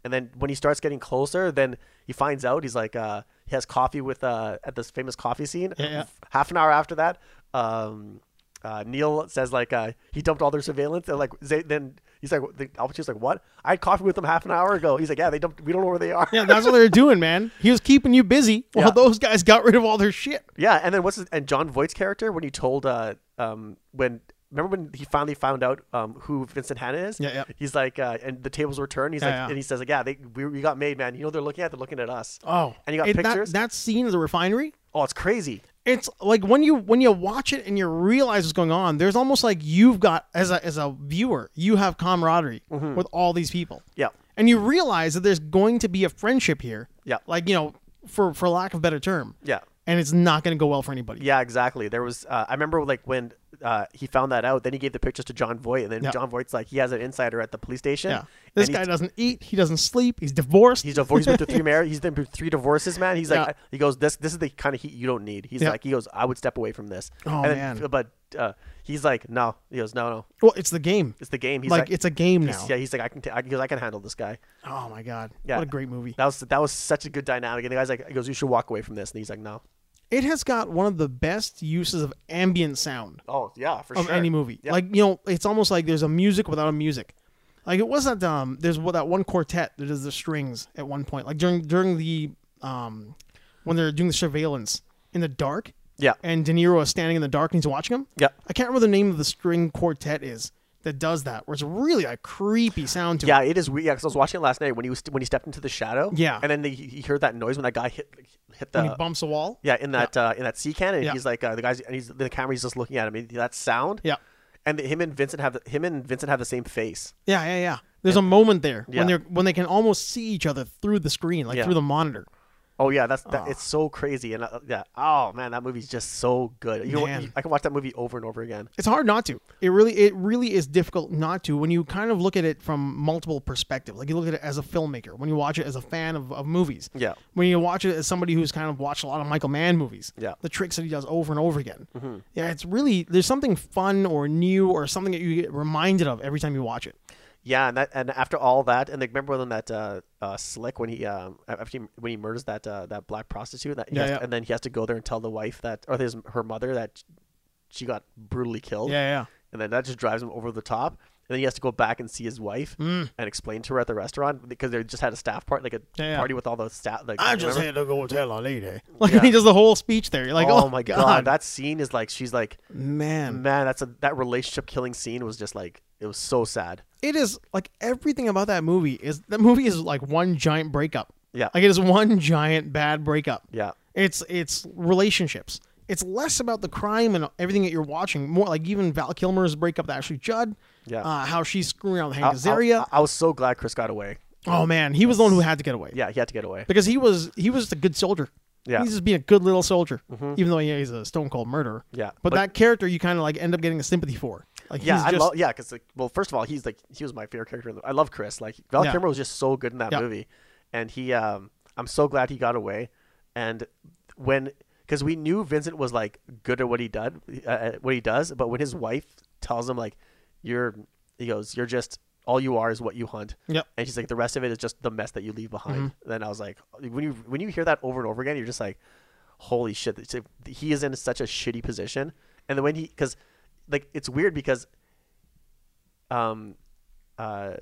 B: and then when he starts getting closer, then he finds out he's like uh, he has coffee with uh, at this famous coffee scene.
A: Yeah, yeah.
B: Half an hour after that, um, uh, Neil says like uh, he dumped all their surveillance. And like they, then he's like the Al Pacino's like what? I had coffee with them half an hour ago. He's like yeah, they dumped. We don't know where they are.
A: Yeah, that's what they're doing, man. He was keeping you busy while
B: Yeah.
A: those guys got rid of all their shit.
B: Yeah, and then what's his, and John Voight's character when he told uh um when remember when he finally found out um who Vincent Hanna is?
A: Yeah, yeah.
B: He's like uh, and the tables were turned. He's
A: Yeah,
B: like
A: yeah.
B: and he says like yeah, they we, we got made, man. You know what they're looking at they're looking at us.
A: Oh,
B: and you got
A: it- that-
B: pictures.
A: That, scene of the refinery.
B: oh, it's crazy.
A: It's like when you when you watch it and you realize what's going on. There's almost like you've got as a as a viewer, you have camaraderie with all these people.
B: Mm-hmm. Yeah.
A: and you realize that there's going to be a friendship here.
B: Yeah.
A: like you know, for for lack of a better term.
B: Yeah.
A: and it's not going to go well for anybody.
B: Yeah, exactly. There was uh, I remember like when uh, he found that out, then he gave the pictures to John Voight, and then
A: Yeah.
B: John Voight's like he has an insider at the police station.
A: Yeah. This
B: and
A: guy
B: he's,
A: doesn't eat. He doesn't sleep. He's divorced.
B: he's divorced. He's been through three marriages. He's been through three divorces, man. He's
A: Yeah.
B: like I- he goes this this is the kind of heat you don't need. He's
A: Yeah.
B: like he goes I would step away from this.
A: Oh,
B: and
A: man.
B: But uh, he's like no. He goes no no.
A: well, it's the game.
B: It's the game. He's
A: Like,
B: like,
A: it's a game
B: he's-
A: now.
B: Yeah, he's like I can t- I, he goes, I can handle this guy.
A: Oh my god.
B: Yeah.
A: What a great movie.
B: That was that was such a good dynamic. And the guy's like he goes you should walk away from this, and he's like no.
A: It has got one of the best uses of ambient sound
B: Oh yeah, for
A: of
B: sure.
A: any movie.
B: Yeah.
A: Like you know, it's almost like there's a music without a music. Like it wasn't um there's what that one quartet that does the strings at one point. Like during during the um when they're doing the surveillance in the dark
B: yeah.
A: and De Niro is standing in the dark and he's watching them.
B: Yeah.
A: I can't remember the name of the string quartet is that does that where it's really a creepy sound to it.
B: Yeah, it is weird. Yeah, 'cause I was watching it last night when he was when he stepped into the shadow.
A: Yeah.
B: and then the, he he heard that noise when that guy hit hit
A: When he
B: the
A: bumps a wall.
B: yeah in that Uh, in that sea can, and
A: Yeah.
B: he's like uh, the guys and he's the camera. He's just looking at him. And that sound.
A: Yeah.
B: and him and Vincent have the, him and Vincent have the same face.
A: Yeah, yeah, yeah. There's a moment there
B: Yeah.
A: when they're when they can almost see each other through the screen, like
B: Yeah.
A: through the monitor.
B: Oh yeah, that's that,
A: Ah.
B: it's so crazy and uh, yeah. Oh man, that movie's just so good. You know, what?
A: Man.
B: I can watch that movie over and over again.
A: It's hard not to. It really it really is difficult not to when you kind of look at it from multiple perspectives. Like you look at it as a filmmaker, when you watch it as a fan of, of movies.
B: Yeah.
A: When you watch it as somebody who's kind of watched a lot of Michael Mann movies.
B: Yeah. Mm-hmm.
A: The tricks that he does over and over again. Yeah, it's really there's something fun or new or something that you get reminded of every time you watch it.
B: Yeah, and that and after all that, and like, remember when that uh, uh, slick when he um, after he, when he murders that uh, that black prostitute, that he
A: Yeah,
B: has to-
A: yeah.
B: and then he has to go there and tell the wife that or his her mother that she got brutally killed.
A: Yeah, yeah.
B: and then that just drives him over the top. And then he has to go back and see his wife and explain to her at the restaurant because they just had a staff part like a
A: Mm. Yeah, yeah.
B: party with all the staff. Like, remember?
A: had to go tell a lady. Like
B: Yeah.
A: he does the whole speech there. You're like, oh,
B: oh,
A: Mm.
B: my god. Mm. that scene is like she's like,
A: man.
B: man, that's a that relationship killing scene was just like it was so sad.
A: it is like everything about that movie is that movie is like one giant breakup.
B: Yeah.
A: Like it is one giant bad breakup.
B: Yeah.
A: It's it's relationships. It's less about the crime and everything that you're watching. More like even Val Kilmer's breakup with Ashley Judd.
B: Yeah.
A: Uh, how she's screwing around with Hank
B: I- I-
A: Azaria.
B: I, I was so glad Chris got away.
A: oh man, he was the one who had to get away.
B: Yeah, he had to get away.
A: Because he was he was just a good soldier.
B: Yeah. Mm-hmm.
A: He's just being a good little soldier, even though yeah, he's a stone cold murderer.
B: Yeah,
A: But,
B: but-
A: that character you kind of like end up getting a sympathy for. Like
B: Yeah,
A: he's
B: I
A: just,
B: love. Yeah, because like, well, first of all, he's like he was my favorite character. In the, I love Chris. Like Val
A: Yeah.
B: Kilmer was just so good in that
A: Yeah.
B: movie, and he. Um, I'm so glad he got away, and when because we knew Vincent was like good at what he did, uh, at what he does, but when his wife tells him like, "You're," he goes, "You're just all you are is what you hunt."
A: Yep. Mm-hmm.
B: And she's like, "The rest of it is just the mess that you leave behind." Then I was like, when you when you hear that over and over again, you're just like, holy shit it's like, he is in such a shitty position and the way he because like it's weird because um uh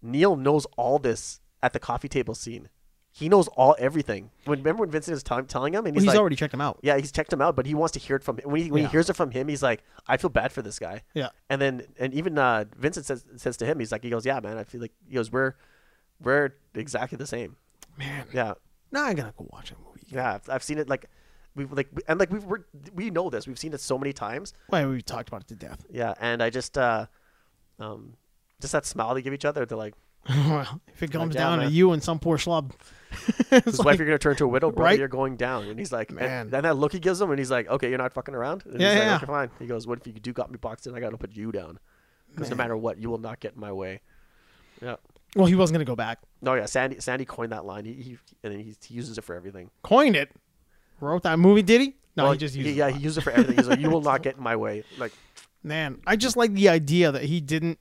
B: neil knows all this at the coffee table scene he knows all everything when remember when vincent is telling telling him and he's,
A: he's
B: like,
A: already checked him out.
B: yeah he's checked him out but he wants to hear it from him when he, when
A: Yeah.
B: he hears it from him he's like i feel bad for this guy
A: Yeah.
B: and then and even uh vincent says says to him he's like he goes yeah man i feel like he goes we're we're exactly the same
A: Man.
B: yeah
A: Now I gotta go watch that movie.
B: yeah, I've- I've seen it like we've like we- and like we've we're, we know this. We've seen it so many times.
A: Why we talked about it to death.
B: Yeah, and I just uh um just that smile they give each other. They're like,
A: Well, if it comes
B: yeah,
A: down to
B: man.
A: you and some poor schlub, it's
B: "His
A: like-
B: wife, you're gonna turn to a widow, brother.
A: Right?
B: You're going down." And he's like,
A: Man.
B: And, then that look he gives him, and he's like, "Okay, you're not fucking around." And
A: Yeah,
B: he's
A: yeah,
B: Like, okay, fine. He goes, "What if you do got me boxed in? I gotta put you down because no
A: Man.
B: matter what, you will not get in my way." Yeah.
A: well, he wasn't gonna go back.
B: No, yeah. Sandy, Sandy coined that line. He, he and then he, he uses it for everything.
A: Coined it. Wrote that movie, did Oh, he? No,
B: Well,
A: he just used it.
B: yeah, he used it for everything. He's like, "You will not get in my way." Like,
A: Man, I just like the idea that he didn't.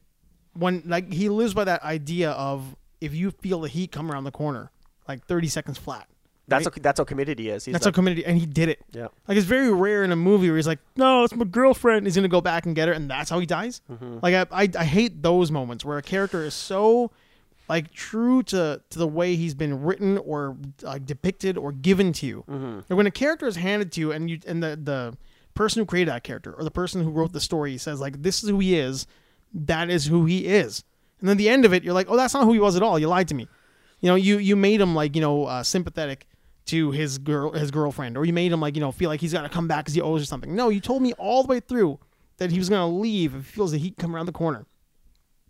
A: When like he lives by that idea of if you feel the heat come around the corner, like thirty seconds flat.
B: that's
A: right?
B: how, that's how committed he is. He's
A: that's
B: like,
A: how committed, and he did it.
B: yeah.
A: Like it's very rare in a movie where he's like, "No, it's my girlfriend." He's gonna go back and get her, and that's how he dies. Like I, I, I hate those moments where a character is so like true to to the way he's been written or like depicted or given to you. And when a character is handed to you, and you and the the person who created that character or the person who wrote the story says like, "This is who he is," that is who he is. And then the end of it, you're like, "Oh, that's not who he was at all. You lied to me." You know, you you made him like you know uh, sympathetic to his girl his girlfriend, or you made him like you know feel like he's got to come back because he owes her something. No, you told me all the way through that he was gonna leave if he feels the heat come around the corner.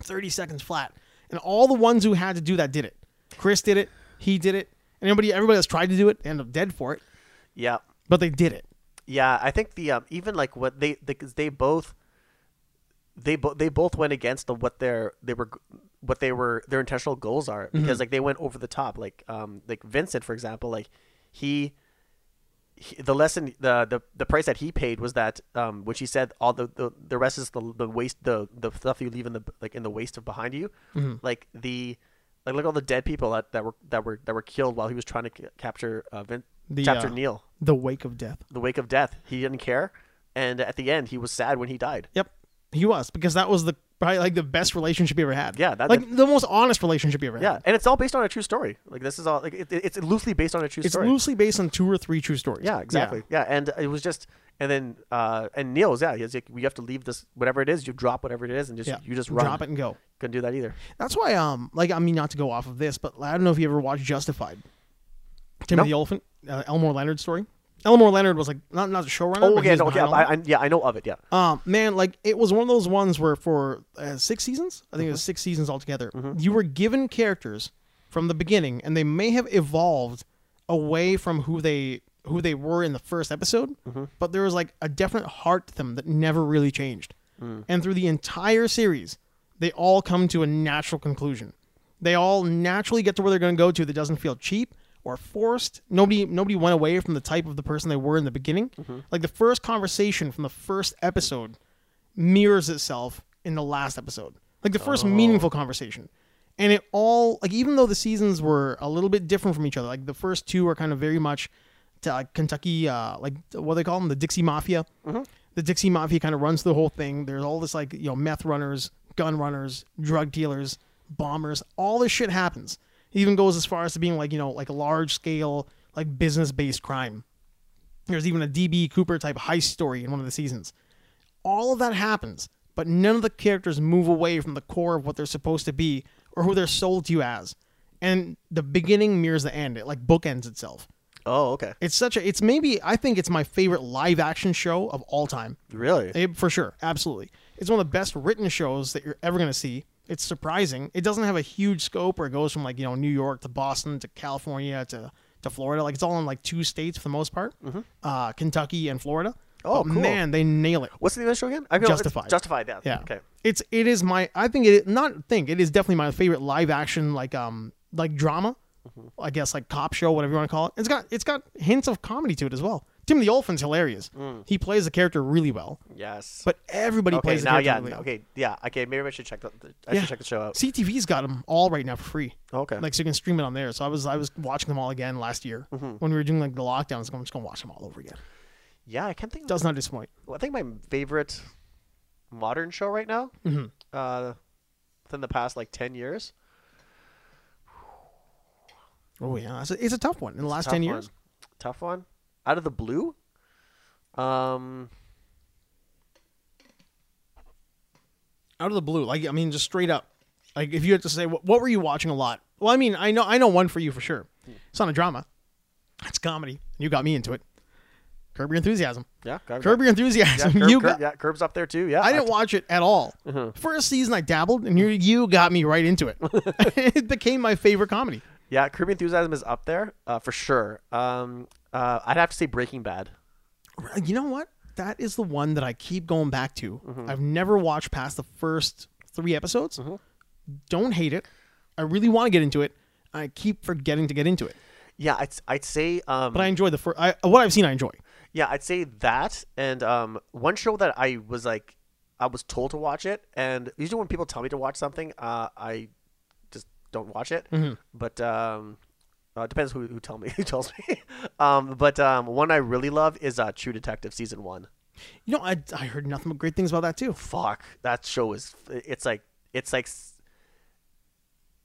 A: Thirty seconds flat, and all the ones who had to do that did it. Chris did it. He did it. And everybody everybody that's tried to do it ended up dead for it.
B: Yeah.
A: but they did it.
B: Yeah, I think the um, even like what they because they both they both they both went against the, what their they were what they were their intentional goals are
A: Mm-hmm.
B: because like they went over the top like um like Vincent for example like he, he the lesson the, the the price that he paid was that um when she said all the the, the rest is the, the waste the the stuff you leave in the like in the waste of behind you
A: Mm-hmm.
B: like the like look at all the dead people that, that were that were that were killed while he was trying to ca- capture uh, Vin,
A: The,
B: chapter
A: uh,
B: Neil
A: The wake of death.
B: the wake of death. He didn't care, and at the end, he was sad when he died.
A: Yep, he was because that was the probably like the best relationship he ever had.
B: Yeah, that-
A: like the most honest relationship he ever
B: Yeah,
A: had.
B: and it's all based on a true story. Like this is all like it, it- it's loosely based on a true
A: It's
B: story.
A: loosely based on two or three true stories.
B: yeah, exactly. Yeah. and it was just and then uh and Neil's yeah, he's like you have to leave this whatever it is, you drop whatever it is, and just
A: Yeah,
B: you just run.
A: drop it and go.
B: Couldn't do that either.
A: That's why, um, like I mean, not to go off of this, but I don't know if you ever watched Justified.
B: No.
A: Timothy Elephant, uh, Elmore Leonard story. Elmore Leonard was like not not the showrunner.
B: Oh
A: but he
B: yeah,
A: was
B: no, yeah,
A: behind all
B: I, I, yeah, I know of it. Yeah,
A: Um, man, like it was one of those ones where for uh, six seasons, I think it was six seasons altogether, you were given characters from the beginning, and they may have evolved away from who they who they were in the first episode, but there was like a definite heart to them that never really changed. And through the entire series, they all come to a natural conclusion. They all naturally get to where they're going to go to that doesn't feel cheap or forced. Nobody nobody went away from the type of the person they were in the beginning. Like the first conversation from the first episode mirrors itself in the last episode. Like the first meaningful conversation. And it all like even though the seasons were a little bit different from each other, like the first two are kind of very much to like Kentucky, uh, like what do they call them, the Dixie Mafia. The Dixie Mafia kind of runs the whole thing. There's all this like you know meth runners, gun runners, drug dealers, bombers. All this shit happens. It even goes as far as to being like you know like large scale like business based crime. There's even a DB Cooper type heist story in one of the seasons. All of that happens, but none of the characters move away from the core of what they're supposed to be or who they're sold to you as. And the beginning mirrors the end. It like bookends itself.
B: Oh okay,
A: It's such a. It's maybe I think it's my favorite live action show of all time.
B: really?
A: It, for sure, absolutely. It's one of the best written shows that you're ever gonna see. It's surprising. It doesn't have a huge scope, where it goes from like you know New York to Boston to California to to Florida. Like it's all in like two states for the most part, uh, Kentucky and Florida.
B: Mm-hmm. Oh,
A: But
B: cool.
A: man, they nail it.
B: What's the name of the show again? I feel it's
A: Justified.
B: Justified. Yeah.
A: Yeah.
B: Okay.
A: It's it is my I think it not think it is definitely my favorite live action like um like drama,
B: Mm-hmm.
A: I guess like cop show whatever you want to call it. It's got it's got hints of comedy to it as well. Tim the Elephant's hilarious. He plays the character really well,
B: Yes.
A: but everybody
B: Mm. okay,
A: plays the
B: now
A: character
B: yeah.
A: really well.
B: Okay. Yeah. Okay. Maybe I should check the. I
A: Yeah.
B: should check the show out.
A: CTV's got them all right now for free.
B: Okay.
A: Like so you can stream it on there. So I was I was watching them all again last year
B: Mm-hmm.
A: when we were doing like the lockdowns. I'm just gonna watch them all over again.
B: yeah, I can't think.
A: Does not disappoint.
B: Well, I think my favorite modern show right now,
A: Mm-hmm.
B: uh, within the past like ten years.
A: Oh yeah, it's a, it's a tough one. In the last
B: Tough
A: ten
B: one.
A: years,
B: Tough one. Out of the blue. Um.
A: out of the blue, like I mean, just straight up, like if you had to say what, what were you watching a lot? Well, I mean, I know I know one for you for sure. It's not a drama, it's comedy. You got me into it. Curb Your Enthusiasm.
B: Yeah. Curb.
A: Curb Uh-huh. Your Enthusiasm.
B: yeah, curb,
A: you
B: curb,
A: got.
B: yeah, curb's up there too. Yeah.
A: I didn't watch it at all. First season, I dabbled, and you you got me right into it. it became my favorite comedy.
B: yeah. Curb Your enthusiasm is up there uh, for sure. Um. Uh. I'd have to say Breaking Bad.
A: You know what? That is the one that I keep going back to. I've never watched past the first three episodes. Don't hate it. I really want to get into it. I keep forgetting to get into it,
B: Yeah. I'd I'd say. Um.
A: but I enjoy the first. I, what I've seen, I enjoy.
B: Yeah, I'd say that. And um, one show that I was like, I was told to watch it, and usually when people tell me to watch something, uh, I just don't watch it. But um, uh, depends who who tell me who tells me. um, but um, one I really love is uh, True Detective season one.
A: You know, I, I heard nothing but great things about that too.
B: Fuck, that show is. It's like it's like s-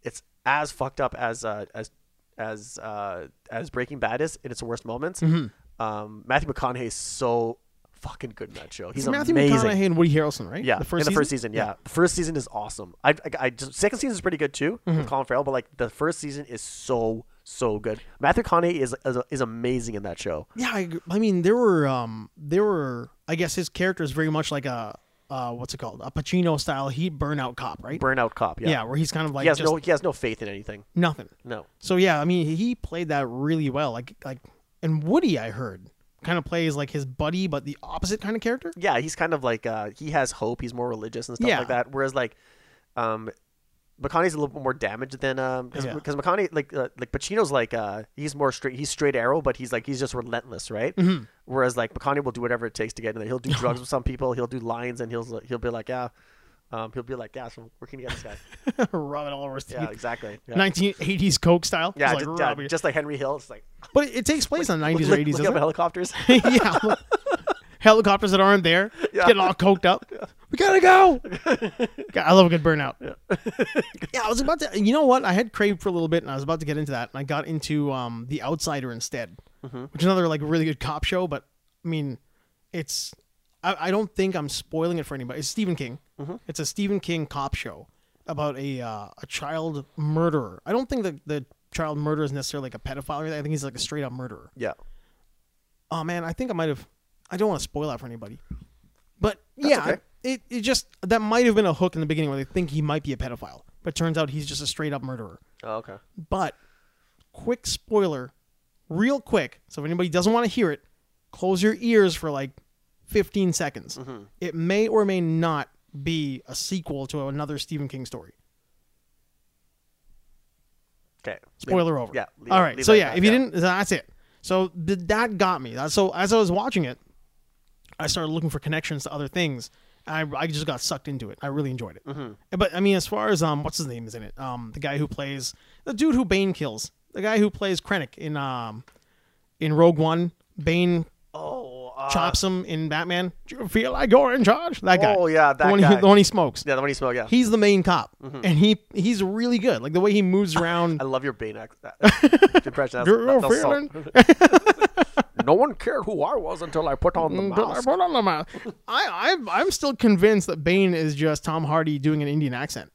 B: it's as fucked up as uh, as as uh, as Breaking Bad is in its worst moments.
A: Mm-hmm.
B: Um, Matthew McConaughey is so fucking good in that show. He's
A: It's Matthew
B: amazing.
A: McConaughey and Woody Harrelson, right?
B: Yeah,
A: the first
B: in the
A: season.
B: first season. Yeah. the first season is awesome. I, I, I just, second season is pretty good too
A: Mm-hmm.
B: with Colin Farrell, but like the first season is so so good. Matthew McConaughey is is, is amazing in that show.
A: Yeah, I, agree. I mean, there were um, there were. I guess his character is very much like a uh, what's it called? A Pacino style heat burnout cop, right?
B: Burnout Cop. Yeah,
A: yeah, where he's kind of like
B: he has
A: just
B: no he has no faith in anything.
A: nothing.
B: No.
A: So yeah, I mean, he played that really well. Like like, and Woody, I heard kind of plays like his buddy, but the opposite kind of character.
B: yeah, he's kind of like uh, he has hope. He's more religious and stuff
A: Yeah.
B: like that. Whereas like, um, Makani's a little bit more damaged than um because
A: Yeah.
B: Makani like uh, like Pacino's like uh he's more straight he's straight arrow but he's like he's just relentless right.
A: Mm-hmm.
B: Whereas like Makani will do whatever it takes to get in there. He'll do drugs with some people. He'll do lines and he'll he'll be like yeah, um he'll be like yeah so we're gonna get this guy.
A: Rub it all over his
B: yeah
A: teeth.
B: exactly. Yeah.
A: 1980s Coke style.
B: yeah,
A: It's like,
B: just,
A: rub
B: yeah,
A: it-
B: just like Henry Hill. It's like
A: but it, it takes place in the 90s or
B: look,
A: 80s,
B: look
A: doesn't
B: up
A: it?
B: helicopters.
A: yeah. look. Helicopters that aren't there,
B: Yeah.
A: getting all coked up. We gotta go. God, I love a good burnout. Yeah. I was about to. You know what? I had craved for a little bit, and I was about to get into that, and I got into um, the Outsider instead, which is another like really good cop show. But I mean, it's I, I don't think I'm spoiling it for anybody. It's Stephen King. It's a Stephen King cop show about a uh, a child murderer. I don't think that the child murderer is necessarily like a pedophile or anything. I think he's like a straight up murderer
B: yeah,
A: oh man, I think I might have. I don't want to spoil that for anybody, but yeah,
B: okay.
A: it it just that might have been a hook in the beginning where they think he might be a pedophile, but turns out he's just a straight up murderer.
B: oh, okay.
A: But quick spoiler, real quick. So if anybody doesn't want to hear it, close your ears for like 15 seconds. It may or may not be a sequel to another Stephen King story.
B: Okay.
A: Spoiler over.
B: Yeah. leave
A: All
B: it-
A: right.
B: leave
A: So
B: it at
A: yeah,
B: that,
A: if you didn't, that's it. So th- that got me. That- So as I was watching it, I started looking for connections to other things. And I, I just got sucked into it. I really enjoyed it.
B: Mm-hmm.
A: Eh, But I mean, as far as um, what's his name is in it? Um, the guy who plays the dude who Bane kills. The guy who plays Krennic in um, in Rogue One. Bane
B: Oh, uh,
A: chops him in Batman. Do you feel like you're in charge? That guy.
B: Oh, yeah,
A: the
B: that
A: one He,
B: guy.
A: the one he smokes.
B: Yeah, the one you smell. Yeah.
A: He's the main cop, and he he's really good. Like the way he moves around.
B: I love your Bane ac- that- impression. That's,
A: You're
B: that, that's so-
A: feeling-
B: no one cared who I was until I put on the
A: I
B: mask.
A: put on the mask. I, I'm, I'm still convinced that Bane is just Tom Hardy doing an Indian accent.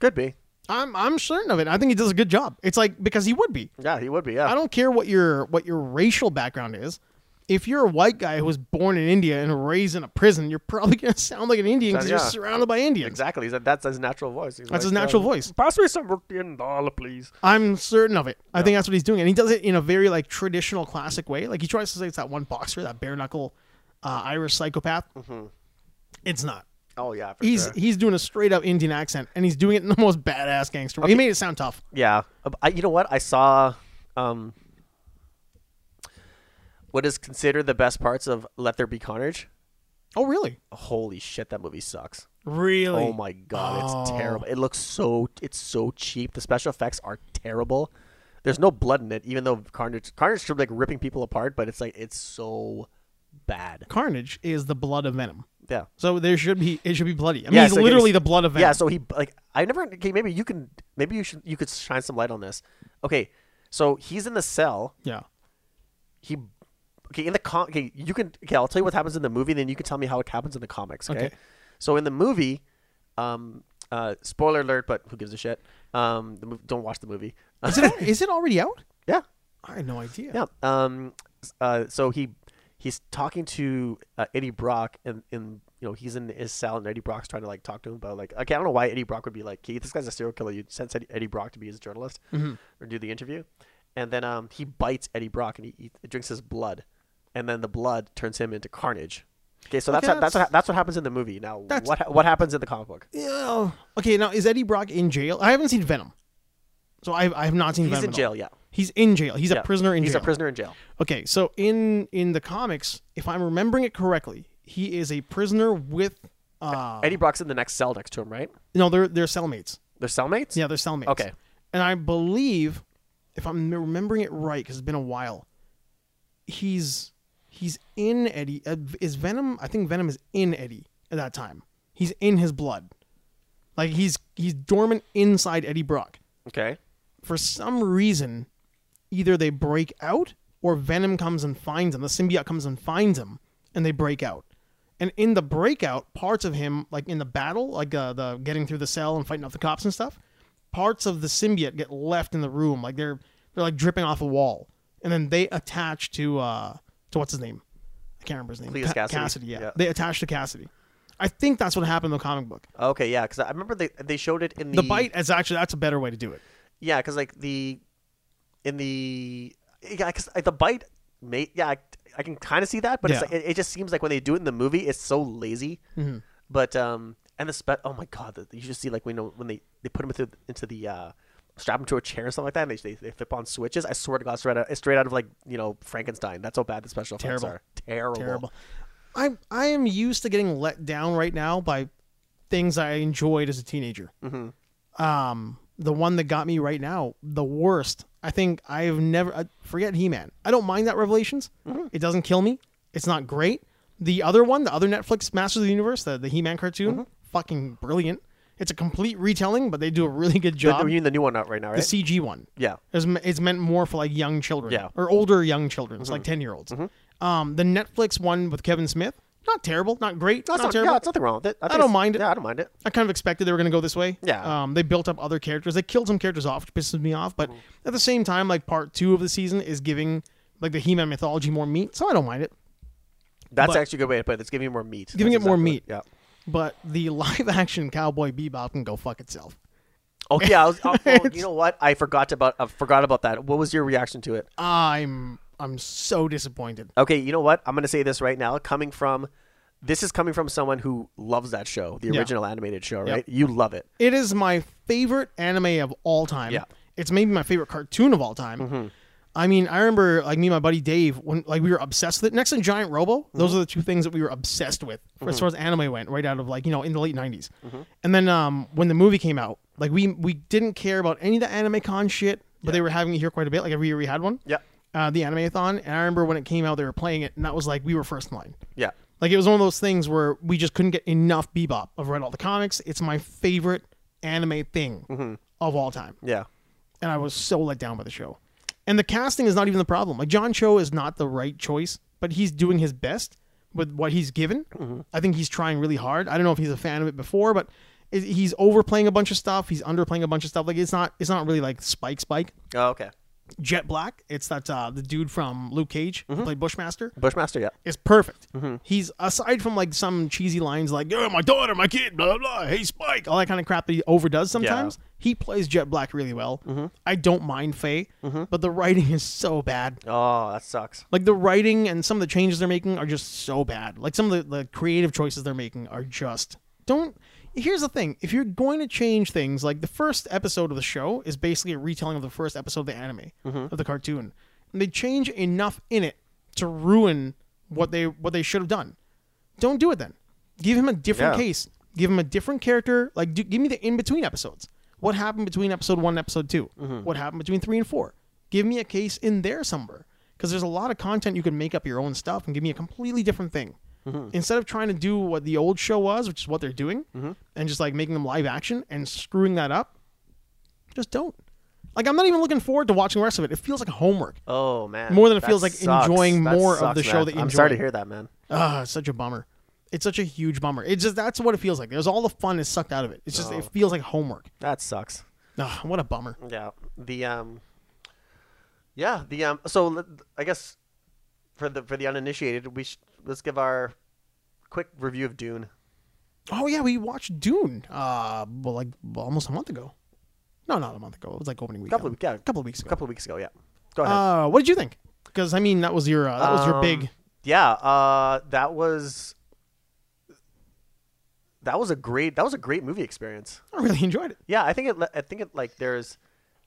B: Could be.
A: I'm, I'm certain of it. I think he does a good job. It's like because he would be.
B: Yeah, he would be. Yeah.
A: I don't care what your what your racial background is. If you're a white guy who was born in India and raised in a prison, you're probably gonna sound like an Indian because
B: Yeah.
A: you're surrounded by Indians.
B: exactly. He's, that's his natural voice. He's
A: That's
B: like,
A: his natural
B: uh,
A: voice.
B: Pass me some Indian dollar, please.
A: I'm certain of it. I think that's what he's doing, and he does it in a very like traditional, classic way. Like he tries to say it's that one boxer, that bare knuckle uh, Irish psychopath.
B: Mm-hmm.
A: It's not.
B: Oh yeah, for
A: He's
B: sure.
A: he's doing a straight up Indian accent, and he's doing it in the most badass gangster way. He made it sound tough.
B: Yeah. Um, I, you know what? I saw um, what is considered the best parts of Let There Be Carnage.
A: Oh, really?
B: Holy shit, that movie sucks.
A: Really?
B: Oh my god, it's
A: Oh.
B: terrible. It looks so it's so cheap. The special effects are terrible. There's no blood in it, even though Carnage Carnage should be like ripping people apart, but it's like it's so bad.
A: Carnage is the blood of Venom,
B: Yeah.
A: so there should be it should be bloody. I mean,
B: Yeah,
A: he's
B: so he-
A: literally the blood of Venom.
B: Yeah, so he like I never okay, maybe you can maybe you should you could shine some light on this. Okay. So he's in the cell.
A: Yeah.
B: He okay, in the com okay, you can okay, I'll tell you what happens in the movie, then you can tell me how it happens in the comics. Okay.
A: Okay.
B: So in the movie, um uh spoiler alert, but who gives a shit? Um the mov- don't watch the movie.
A: Is it is it already out?
B: Yeah,
A: I had no idea.
B: yeah. Um, s- uh, so he he's talking to uh, Eddie Brock, and and you know he's in his cell, and Eddie Brock's trying to like talk to him about like okay, I don't know why Eddie Brock would be like, Keith, this guy's a serial killer. You sent Eddie- Eddie Brock to be his journalist or do the interview, and then um he bites Eddie Brock and he, eat drinks his blood, and then the blood turns him into Carnage. Okay, so that's
A: Okay,
B: how, that's what, ha- that's what happens in the movie. Now,
A: That's-
B: what ha- what happens in the comic book?
A: Yeah. Okay, now is Eddie Brock in jail? I haven't seen Venom, so I I have not seen.
B: He's
A: Venom
B: in
A: at all.
B: jail, yeah.
A: He's in jail. He's
B: Yeah.
A: a prisoner in
B: He's
A: jail.
B: a prisoner in jail.
A: Okay, so in in the comics, if I'm remembering it correctly, he is a prisoner with. Uh,
B: Eddie Brock's in the next cell next to him, right?
A: no, they're they're cellmates.
B: They're cellmates.
A: Yeah, they're cellmates.
B: Okay.
A: And I believe, if I'm remembering it right, because it's been a while, he's he's in Eddie. Uh, is Venom? I think Venom is in Eddie at that time. He's in his blood, like he's he's dormant inside Eddie Brock.
B: Okay.
A: For some reason, either they break out or Venom comes and finds him. The symbiote comes and finds him, and they break out. And in the breakout, parts of him, like in the battle, like uh, the getting through the cell and fighting off the cops and stuff, parts of the symbiote get left in the room, like they're they're like dripping off a wall, and then they attach to uh to what's his name, I can't remember his name,
B: Cletus Cassidy.
A: yeah.
B: Yeah.
A: they attach to Cassidy. I think that's what happened in the comic book.
B: Okay, yeah, because I remember they they showed it in the,
A: The bite is actually that's a better way to do it.
B: Yeah, because like the in the yeah, because the bite mate, yeah, I, I can kind of see that, but it's
A: Yeah. Mm-hmm.
B: like, it, it just seems like when they do it in the movie, it's so lazy. But um, and the spe- oh my god, the, you just see like we know when they they put him into into the uh, strap him to a chair or something like that, and they, they, they flip on switches. I swear to God, straight out, it's straight out of like you know Frankenstein. That's how bad the special effects
A: Terrible.
B: are. Terrible.
A: terrible. I I am used to getting let down right now by things I enjoyed as a teenager. Um, the one that got me right now, the worst. I think I've never I, forget He Man. I don't mind that Revelations. It doesn't kill me. It's not great. The other one, the other Netflix Masters of the Universe, the, the He Man cartoon, fucking brilliant. It's a complete retelling, but they do a really good
B: The,
A: job.
B: you mean the new one out right now, right?
A: The CG one.
B: yeah.
A: It's, me- it's meant more for like young children
B: Yeah. Mm-hmm.
A: or older young children. It's like 10 year olds. Um, the Netflix one with Kevin Smith, not terrible, not great,
B: That's
A: not
B: not,
A: terrible.
B: yeah, it's nothing wrong with it. think
A: don't
B: it's-
A: mind it.
B: Yeah, I don't mind it.
A: I kind of expected they were going to go this way.
B: Yeah.
A: Um, they built up other characters. They killed some characters off, which pisses me off. But
B: Mm-hmm.
A: at the same time, like part two of the season is giving like the He Man mythology more meat, so I don't mind it.
B: That's
A: But-
B: actually a good way to put it. It's giving it more meat.
A: Giving
B: That's
A: it more
B: exactly
A: meat.
B: what- Yeah.
A: But the live action Cowboy Bebop can go fuck itself.
B: Okay. I was, oh, oh, you know what? I forgot about I forgot about that. What was your reaction to it?
A: I'm I'm so disappointed.
B: Okay, you know what? I'm gonna say this right now. Coming from, this is coming from someone who loves that show, the
A: Yeah.
B: original animated show, right? You love it.
A: It is my favorite anime of all time.
B: Yeah. Mm-hmm.
A: It's maybe my favorite cartoon of all time. I mean, I remember like me and my buddy Dave when like we were obsessed with it. Next to Giant Robo,
B: Mm-hmm.
A: those are the two things that we were obsessed with as far as anime went, right out of like, you know, in the late 90s.
B: Mm-hmm.
A: And then um when the movie came out, like we we didn't care about any of the anime con shit, but they were having it here quite a bit. Like every year we had one.
B: Yeah.
A: Uh, the animathon, and I remember when it came out, they were playing it, and that was like we were first in line.
B: Yeah.
A: Like it was one of those things where we just couldn't get enough Bebop. I've read all the comics. It's my favorite anime thing of all time,
B: Yeah.
A: and I was so let down by the show. And the casting is not even the problem. Like John Cho is not the right choice, but he's doing his best with what he's given. I think he's trying really hard. I don't know if he's a fan of it before, but it, he's overplaying a bunch of stuff. He's underplaying a bunch of stuff. Like it's not it's not really like Spike Spike.
B: Oh, okay.
A: Jet Black. It's that uh, the dude from Luke Cage who played Bushmaster
B: Bushmaster. Yeah.
A: is perfect. He's aside from like some cheesy lines like "Oh, my daughter, my kid, blah blah, hey Spike," all that kind of crap that he overdoes sometimes. He plays Jet Black really well. I don't mind Faye, but the writing is so bad.
B: Oh, that sucks.
A: Like the writing and some of the changes they're making are just so bad. Like some of the, the creative choices they're making are just don't. Here's the thing: if you're going to change things, like the first episode of the show is basically a retelling of the first episode of the anime of the cartoon, and they change enough in it to ruin what they what they should have done. Don't do it then. Give him a different
B: Yeah.
A: case. Give him a different character. Like, do, give me the in between episodes. What happened between episode one and episode 2 What happened between three and four? Give me a case in there somewhere. Because there's a lot of content you can make up your own stuff and give me a completely different thing. Instead of trying to do what the old show was, which is what they're doing, and just like making them live action and screwing that up, just don't. Like, I'm not even looking forward to watching the rest of it. It feels like homework.
B: Oh man.
A: More than it
B: That
A: feels like
B: sucks.
A: enjoying
B: That
A: more of
B: sucks,
A: the show
B: man.
A: that you
B: I'm sorry to
A: enjoyed.
B: hear that, man.
A: Ah, it's such a bummer. It's such a huge bummer. It's just that's what it feels like. There's all the fun is sucked out of it. It's just it feels like homework.
B: That sucks.
A: Ah, what a bummer.
B: Yeah. The um. Yeah. The um. So l- I guess for the for the uninitiated, we sh- let's give our quick review of Dune.
A: Oh yeah, we watched Dune. Uh, well, like almost a month ago. No, not a month ago. It was like opening week.
B: Couple of- yeah.
A: couple of weeks
B: A
A: ago.
B: couple of weeks ago. Yeah. Go ahead.
A: Uh, what did you think? Because I mean, that was your uh, that was your
B: Um,
A: big.
B: Yeah, uh, that was that was a great that was a great movie experience.
A: I really enjoyed it.
B: Yeah, I think it. le- I think it like there's,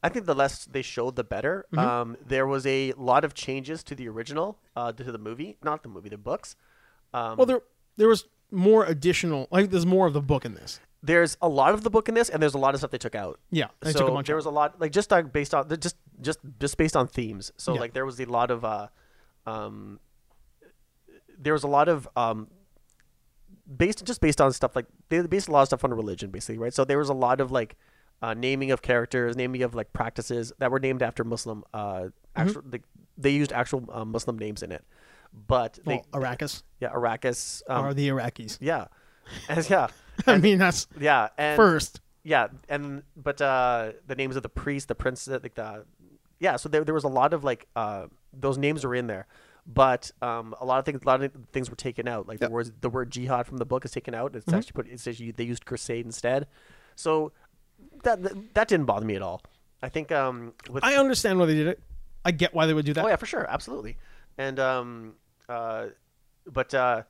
B: I think the less they showed, the better.
A: Mm-hmm.
B: Um, there was a lot of changes to the original, uh, to the movie, not the movie, the books. Um,
A: Well, there there was more additional. Like there's more of the book in this.
B: there's a lot of the book in this, and there's a lot of stuff they took out.
A: Yeah, they
B: so
A: took a bunch
B: there
A: out.
B: was a lot like just like based on just just just based on themes. So
A: Yeah.
B: like there was a lot of, uh, um, there was a lot of um, based just based on stuff like they based a lot of stuff on religion basically, right? So there was a lot of like uh, naming of characters, naming of like practices that were named after Muslim. Uh,
A: Mm-hmm.
B: actual like, they used actual uh, Muslim names in it, but they
A: Well, Arrakis
B: yeah Arrakis um,
A: or the Iraqis.
B: yeah, and, yeah.
A: I mean, that's
B: Yeah, and
A: first.
B: yeah, and but uh, the names of the priest, the prince, like the yeah. So there, there was a lot of like uh, those names were in there, but um, a lot of things, a lot of things were taken out. Like the words, the word jihad from the book is taken out. It's actually put. It says you, they used crusade instead. So that that- that didn't bother me at all. I think um, with
A: I understand why they did it. I get why they would do that.
B: oh yeah, for sure, absolutely. and um, uh, but uh,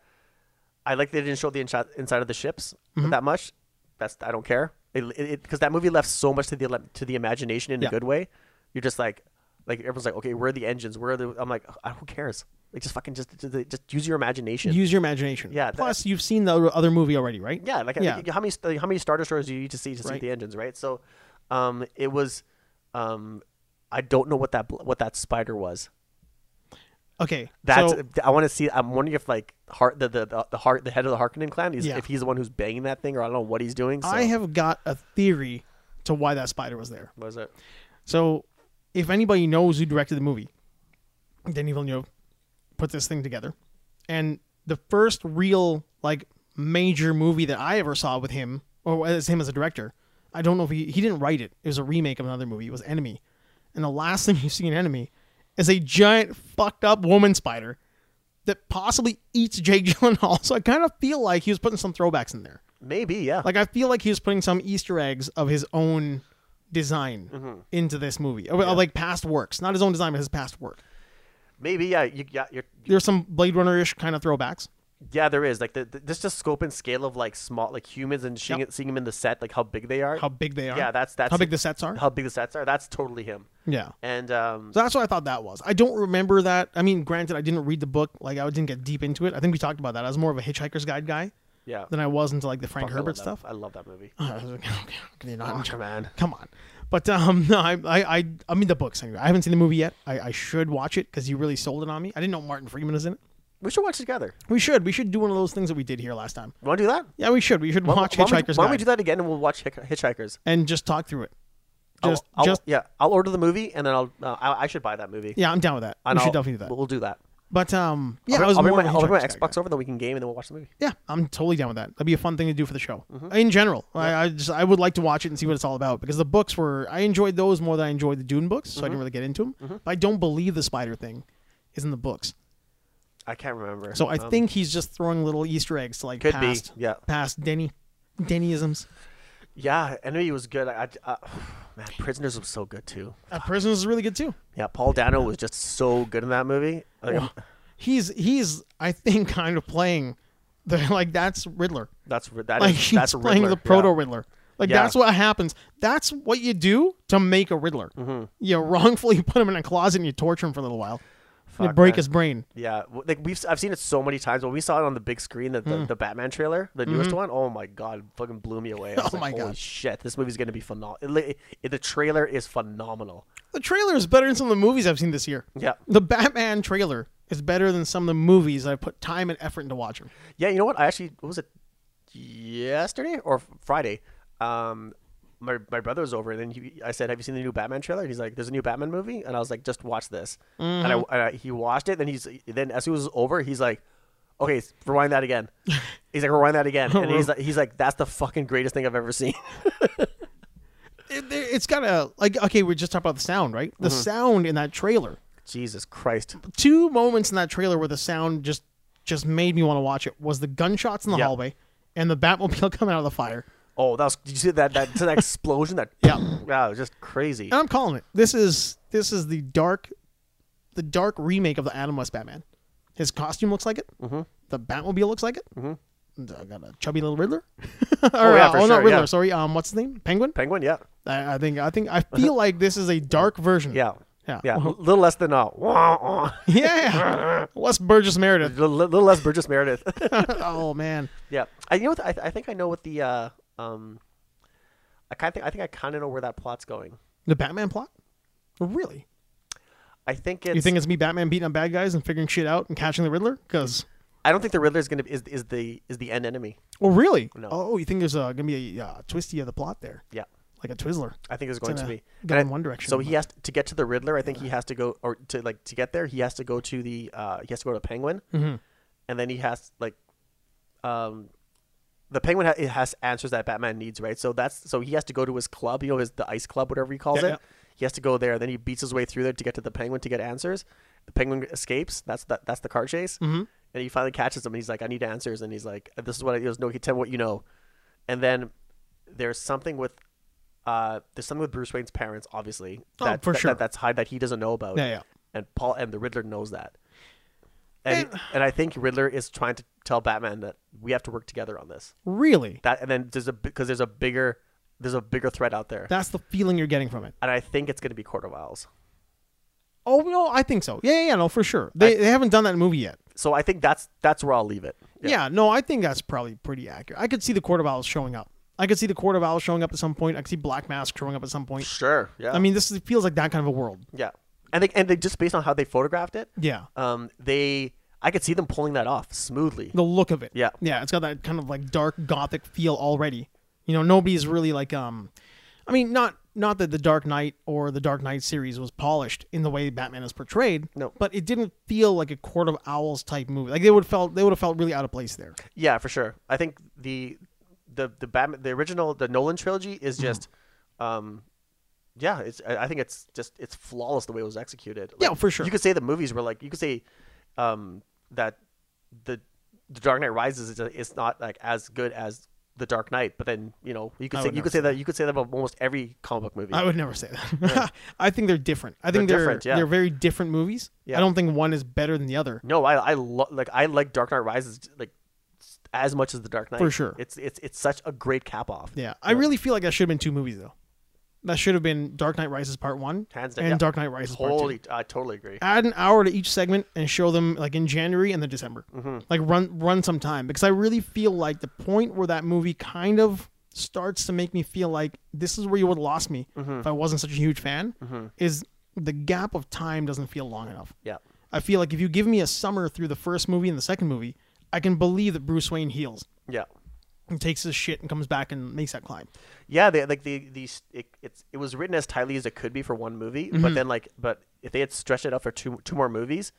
B: I like they didn't show the inside inside of the ships
A: Mm-hmm.
B: that much. That's I don't care because it, it, 'cause that movie left so much to the ele- to the imagination in
A: Yeah.
B: a good way. You're just like like everyone's like, okay, where are the engines? Where are the? I'm like, "Ah, who cares? Like just fucking just just just use your imagination.
A: Use your imagination.
B: Yeah, that-
A: Plus, you've seen the other- other movie already, right?
B: Yeah, like,
A: Yeah.
B: like, how many st- how many star destroyers do you need to see to see
A: Right.
B: the engines, right? So, um, it was, um, I don't know what that bl- what that spider was.
A: Okay.
B: That's
A: so,
B: I want to see. I'm wondering if like heart the the the, the heart the head of the Harkonnen clan is
A: Yeah.
B: if he's the one who's banging that thing or I don't know what he's doing. So.
A: I have got a theory to why that spider was there.
B: What is it?
A: So, if anybody knows who directed the movie, Danny Villeneuve put this thing together, and the first real like major movie that I ever saw with him, or as him as a director, I don't know if he he didn't write it. It was a remake of another movie. It was Enemy, and the last thing you see in Enemy is a giant fucked up woman spider that possibly eats Jake Gyllenhaal. So I kind of feel like he was putting some throwbacks in there.
B: Maybe yeah.
A: Like I feel like he was putting some Easter eggs of his own design
B: Mm-hmm.
A: into this movie, Or, like past works, not his own design, but his past work.
B: Maybe yeah. You got your
A: There's some Blade Runner ish kind of throwbacks.
B: yeah. There is like the, the this just scope and scale of like small like humans and seeing,
A: Yep.
B: it, seeing them in the set like how big they are.
A: How big they are.
B: yeah, that's that's
A: how big the sets are.
B: how big the sets are. That's totally him.
A: yeah.
B: And um,
A: So that's what I thought that was. I don't remember that. I mean, granted, I didn't read the book. Like I didn't get deep into it. I think we talked about that. I was more of a Hitchhiker's Guide guy
B: yeah.
A: than I was into like the Frank
B: Fuck, I love
A: Herbert
B: that-
A: stuff.
B: I love that movie.
A: I was like, okay, okay, you're not in
B: Fuck, man.
A: Come on. But um, no, I, I, I, I mean the books. Anyway, I haven't seen the movie yet. I, I should watch it because you really sold it on me. I didn't know Martin Freeman was in it.
B: We should watch it together.
A: We should. We should do one of those things that we did here last time.
B: You want to do that?
A: Yeah, we should. We should watch
B: why don't we-
A: Hitchhiker's
B: Why don't we
A: Guide
B: do that again and we'll watch Hitch- Hitchhikers?
A: and just talk through it.
B: I'll-
A: Just,
B: I'll-
A: just
B: yeah. I'll order the movie and then I'll. Uh, I, I should buy that movie.
A: yeah, I'm down with that.
B: And
A: we should
B: I'll-
A: definitely do that.
B: We'll do that.
A: But um, yeah,
B: I'll,
A: I was
B: I'll bring
A: more
B: my,
A: of a
B: I'll bring my
A: Hitchhiker's Guide
B: Xbox over, then we can game, and then we'll watch the movie.
A: guy. Yeah, I'm totally down with that. That'd be a fun thing to do for the show.
B: Mm-hmm.
A: In general, I, I just I would like to watch it and see what it's all about because the books were I enjoyed those more than I enjoyed the Dune books, so I
B: Mm-hmm.
A: didn't really get into them. But I don't believe the spider thing is in the books.
B: I can't remember.
A: So I
B: Um,
A: think he's just throwing little Easter eggs to like
B: Could be,
A: past,
B: yeah.
A: past Denny, Dennyisms.
B: yeah, Enemy was good. I, I, uh, man, Prisoners was so good too.
A: Uh, Prisoners is really good too.
B: Yeah, Paul Dano was just so good in that movie. Like,
A: He's he's I think kind of playing, the like that's Riddler.
B: That's ri- that
A: Like
B: is-
A: he's
B: that's
A: playing
B: Riddler,
A: the proto
B: yeah.
A: Riddler. Like
B: Yeah.
A: that's what happens. That's what you do to make a Riddler.
B: Mm-hmm.
A: You wrongfully put him in a closet and you torture him for a little while. you
B: Fuck,
A: break
B: man.
A: his brain.
B: Yeah, w- like we've s- I've seen it so many times. When we saw it on the big screen, the, the,
A: Hmm.
B: the Batman trailer, the newest one, oh my god, it fucking blew me away. I was
A: Mm-hmm. Oh
B: like,
A: my
B: holy
A: God.
B: shit, this movie's gonna be phenomenal. the trailer is phenomenal.
A: The trailer is better than some of the movies I've seen this year.
B: Yeah,
A: The Batman trailer is better than some of the movies I put time and effort into watching.
B: yeah. You know what? I actually what was it yesterday or f- Friday? Um, my my brother was over, and then he, I said, "Have you seen the new Batman trailer?" And he's like, "There's a new Batman movie," and I was like, "Just watch this." And, I, and I- he watched it. Then he's then as soon as it was over, he's like. Okay, s- rewind that again. He's like, rewind that again, and he's like, he's like, that's the fucking greatest thing I've ever seen.
A: It, there- it's got a like okay, we just talked about the sound, right? The
B: Mm-hmm.
A: sound in that trailer.
B: Jesus Christ.
A: two moments in that trailer where the sound just just made me want to watch it was the gunshots in the
B: Yeah.
A: hallway and the Batmobile coming out of the fire.
B: Oh, that was. Did you see that that, that explosion? That
A: Yeah. Oh.
B: yeah, it was just crazy.
A: And I'm calling it. This is this is the dark the dark remake of the Adam West Batman. His costume looks like it. Mm-hmm. The Batmobile looks like it. Mm-hmm. I got a chubby little Riddler. or,
B: yeah,
A: uh,
B: for
A: oh not
B: sure,
A: Riddler.
B: yeah.
A: Sorry. Um, what's his name? Penguin.
B: Penguin, yeah,
A: I, I think I think I feel like this is a dark version.
B: yeah,
A: Yeah.
B: yeah. A little less than uh, wah, wah.
A: yeah. Wes Burgess
B: A
A: Meredith.
B: little, little less Burgess Meredith.
A: oh man.
B: yeah, I you know what I, I think I know what the uh, um, I kind of think I think I kind of know where that plot's going.
A: The Batman plot? Really?
B: I think it's.
A: You think it's me, Batman, beating up bad guys and figuring shit out and catching the Riddler? Because
B: I don't think the Riddler is gonna is is the is the end enemy.
A: oh, really?
B: No.
A: Oh, you think there's uh, gonna be a uh, twisty of the plot there,
B: Yeah,
A: like a Twizzler?
B: I think it's going to
A: gonna
B: be
A: go
B: And I-
A: in one direction,
B: So he
A: but-
B: has to, to get to the Riddler. I think he has to go or to like to get there. He has to go to the uh, he has to go to Penguin,
A: Mm-hmm.
B: and then he has like, um, the Penguin ha- it has answers that Batman needs, right? So that's so he has to go to his club, you know, his the Ice Club, whatever he calls
A: Yeah,
B: it.
A: yeah.
B: He has to go there. Then he beats his way through there to get to the Penguin to get answers. The Penguin escapes. That's that that's the car chase, mm-hmm. and he finally catches him. And he's like, "I need answers," and he's like, "This is what I." He goes, "No, he tell me what you know," and then there's something with uh, there's something with Bruce Wayne's parents, obviously.
A: Oh,
B: that,
A: for
B: that-
A: sure.
B: that- that's hide that he doesn't know about.
A: Yeah, yeah.
B: And Paul and the Riddler knows that. and, and I think Riddler is trying to tell Batman that we have to work together on this.
A: Really?
B: That and then there's a because there's a bigger there's a bigger threat out there,
A: That's the feeling you're getting from it.
B: and I think it's going to be Court of Owls.
A: Oh no, I think so. Yeah, yeah, yeah, no, for sure. They they haven't done that movie yet.
B: So I think that's that's where I'll leave it.
A: Yeah. no, I think that's probably pretty accurate. I could see the Court of Owls showing up. I could see the Court of Owls showing up at some point. I could see Black Mask showing up at some point.
B: Sure. Yeah.
A: I mean, this is, feels like that kind of a world.
B: yeah. And they and they just based on how they photographed it.
A: Yeah,
B: Um, they I could see them pulling that off smoothly.
A: the look of it.
B: Yeah.
A: yeah, it's got that kind of like dark gothic feel already. You know, nobody's really like um, I mean, not not that the Dark Knight or the Dark Knight series was polished in the way Batman is portrayed.
B: No.
A: but it didn't feel like a Court of Owls type movie. Like they would felt they would have felt really out of place there.
B: Yeah, for sure. I think the the the Batman the original the Nolan trilogy
A: Mm-hmm.
B: is just um yeah, it's I I think it's just it's flawless the way it was executed.
A: Yeah,
B: Like,
A: for sure.
B: You could say the movies were like you could say um that the the Dark Knight Rises is, is not like as good as the Dark Knight, but then you know you could
A: I
B: say
A: would
B: you
A: never
B: could say that you could say that about almost every comic book movie.
A: I would never say that. I think they're different. I think
B: They're
A: they're they're,
B: different, yeah.
A: very different movies.
B: Yeah.
A: I don't think one is better than the other.
B: No, I I lo- like I like Dark Knight Rises like s- as much as the Dark Knight
A: For sure.
B: It's it's it's such a great cap off.
A: Yeah, I really feel like that should have been two movies though. That should have been Dark Knight Rises Part One
B: Hands down,
A: and
B: yeah.
A: Dark Knight Rises Part Two.
B: totally, I totally agree.
A: Add an hour to each segment and show them like in January and then December.
B: Mm-hmm.
A: Like run run some time because I really feel like the point where that movie kind of starts to make me feel like this is where you would have lost me
B: Mm-hmm.
A: if I wasn't such a huge fan is the gap of time doesn't feel long enough.
B: Yeah.
A: I feel like if you give me a summer through the first movie and the second movie, I can believe that Bruce Wayne heals
B: Yeah,
A: and takes his shit and comes back and makes that climb.
B: yeah. They, like the the s- it, it's it was written as tightly as it could be for one movie,
A: Mm-hmm.
B: but then like but if they had stretched it out for two two more movies,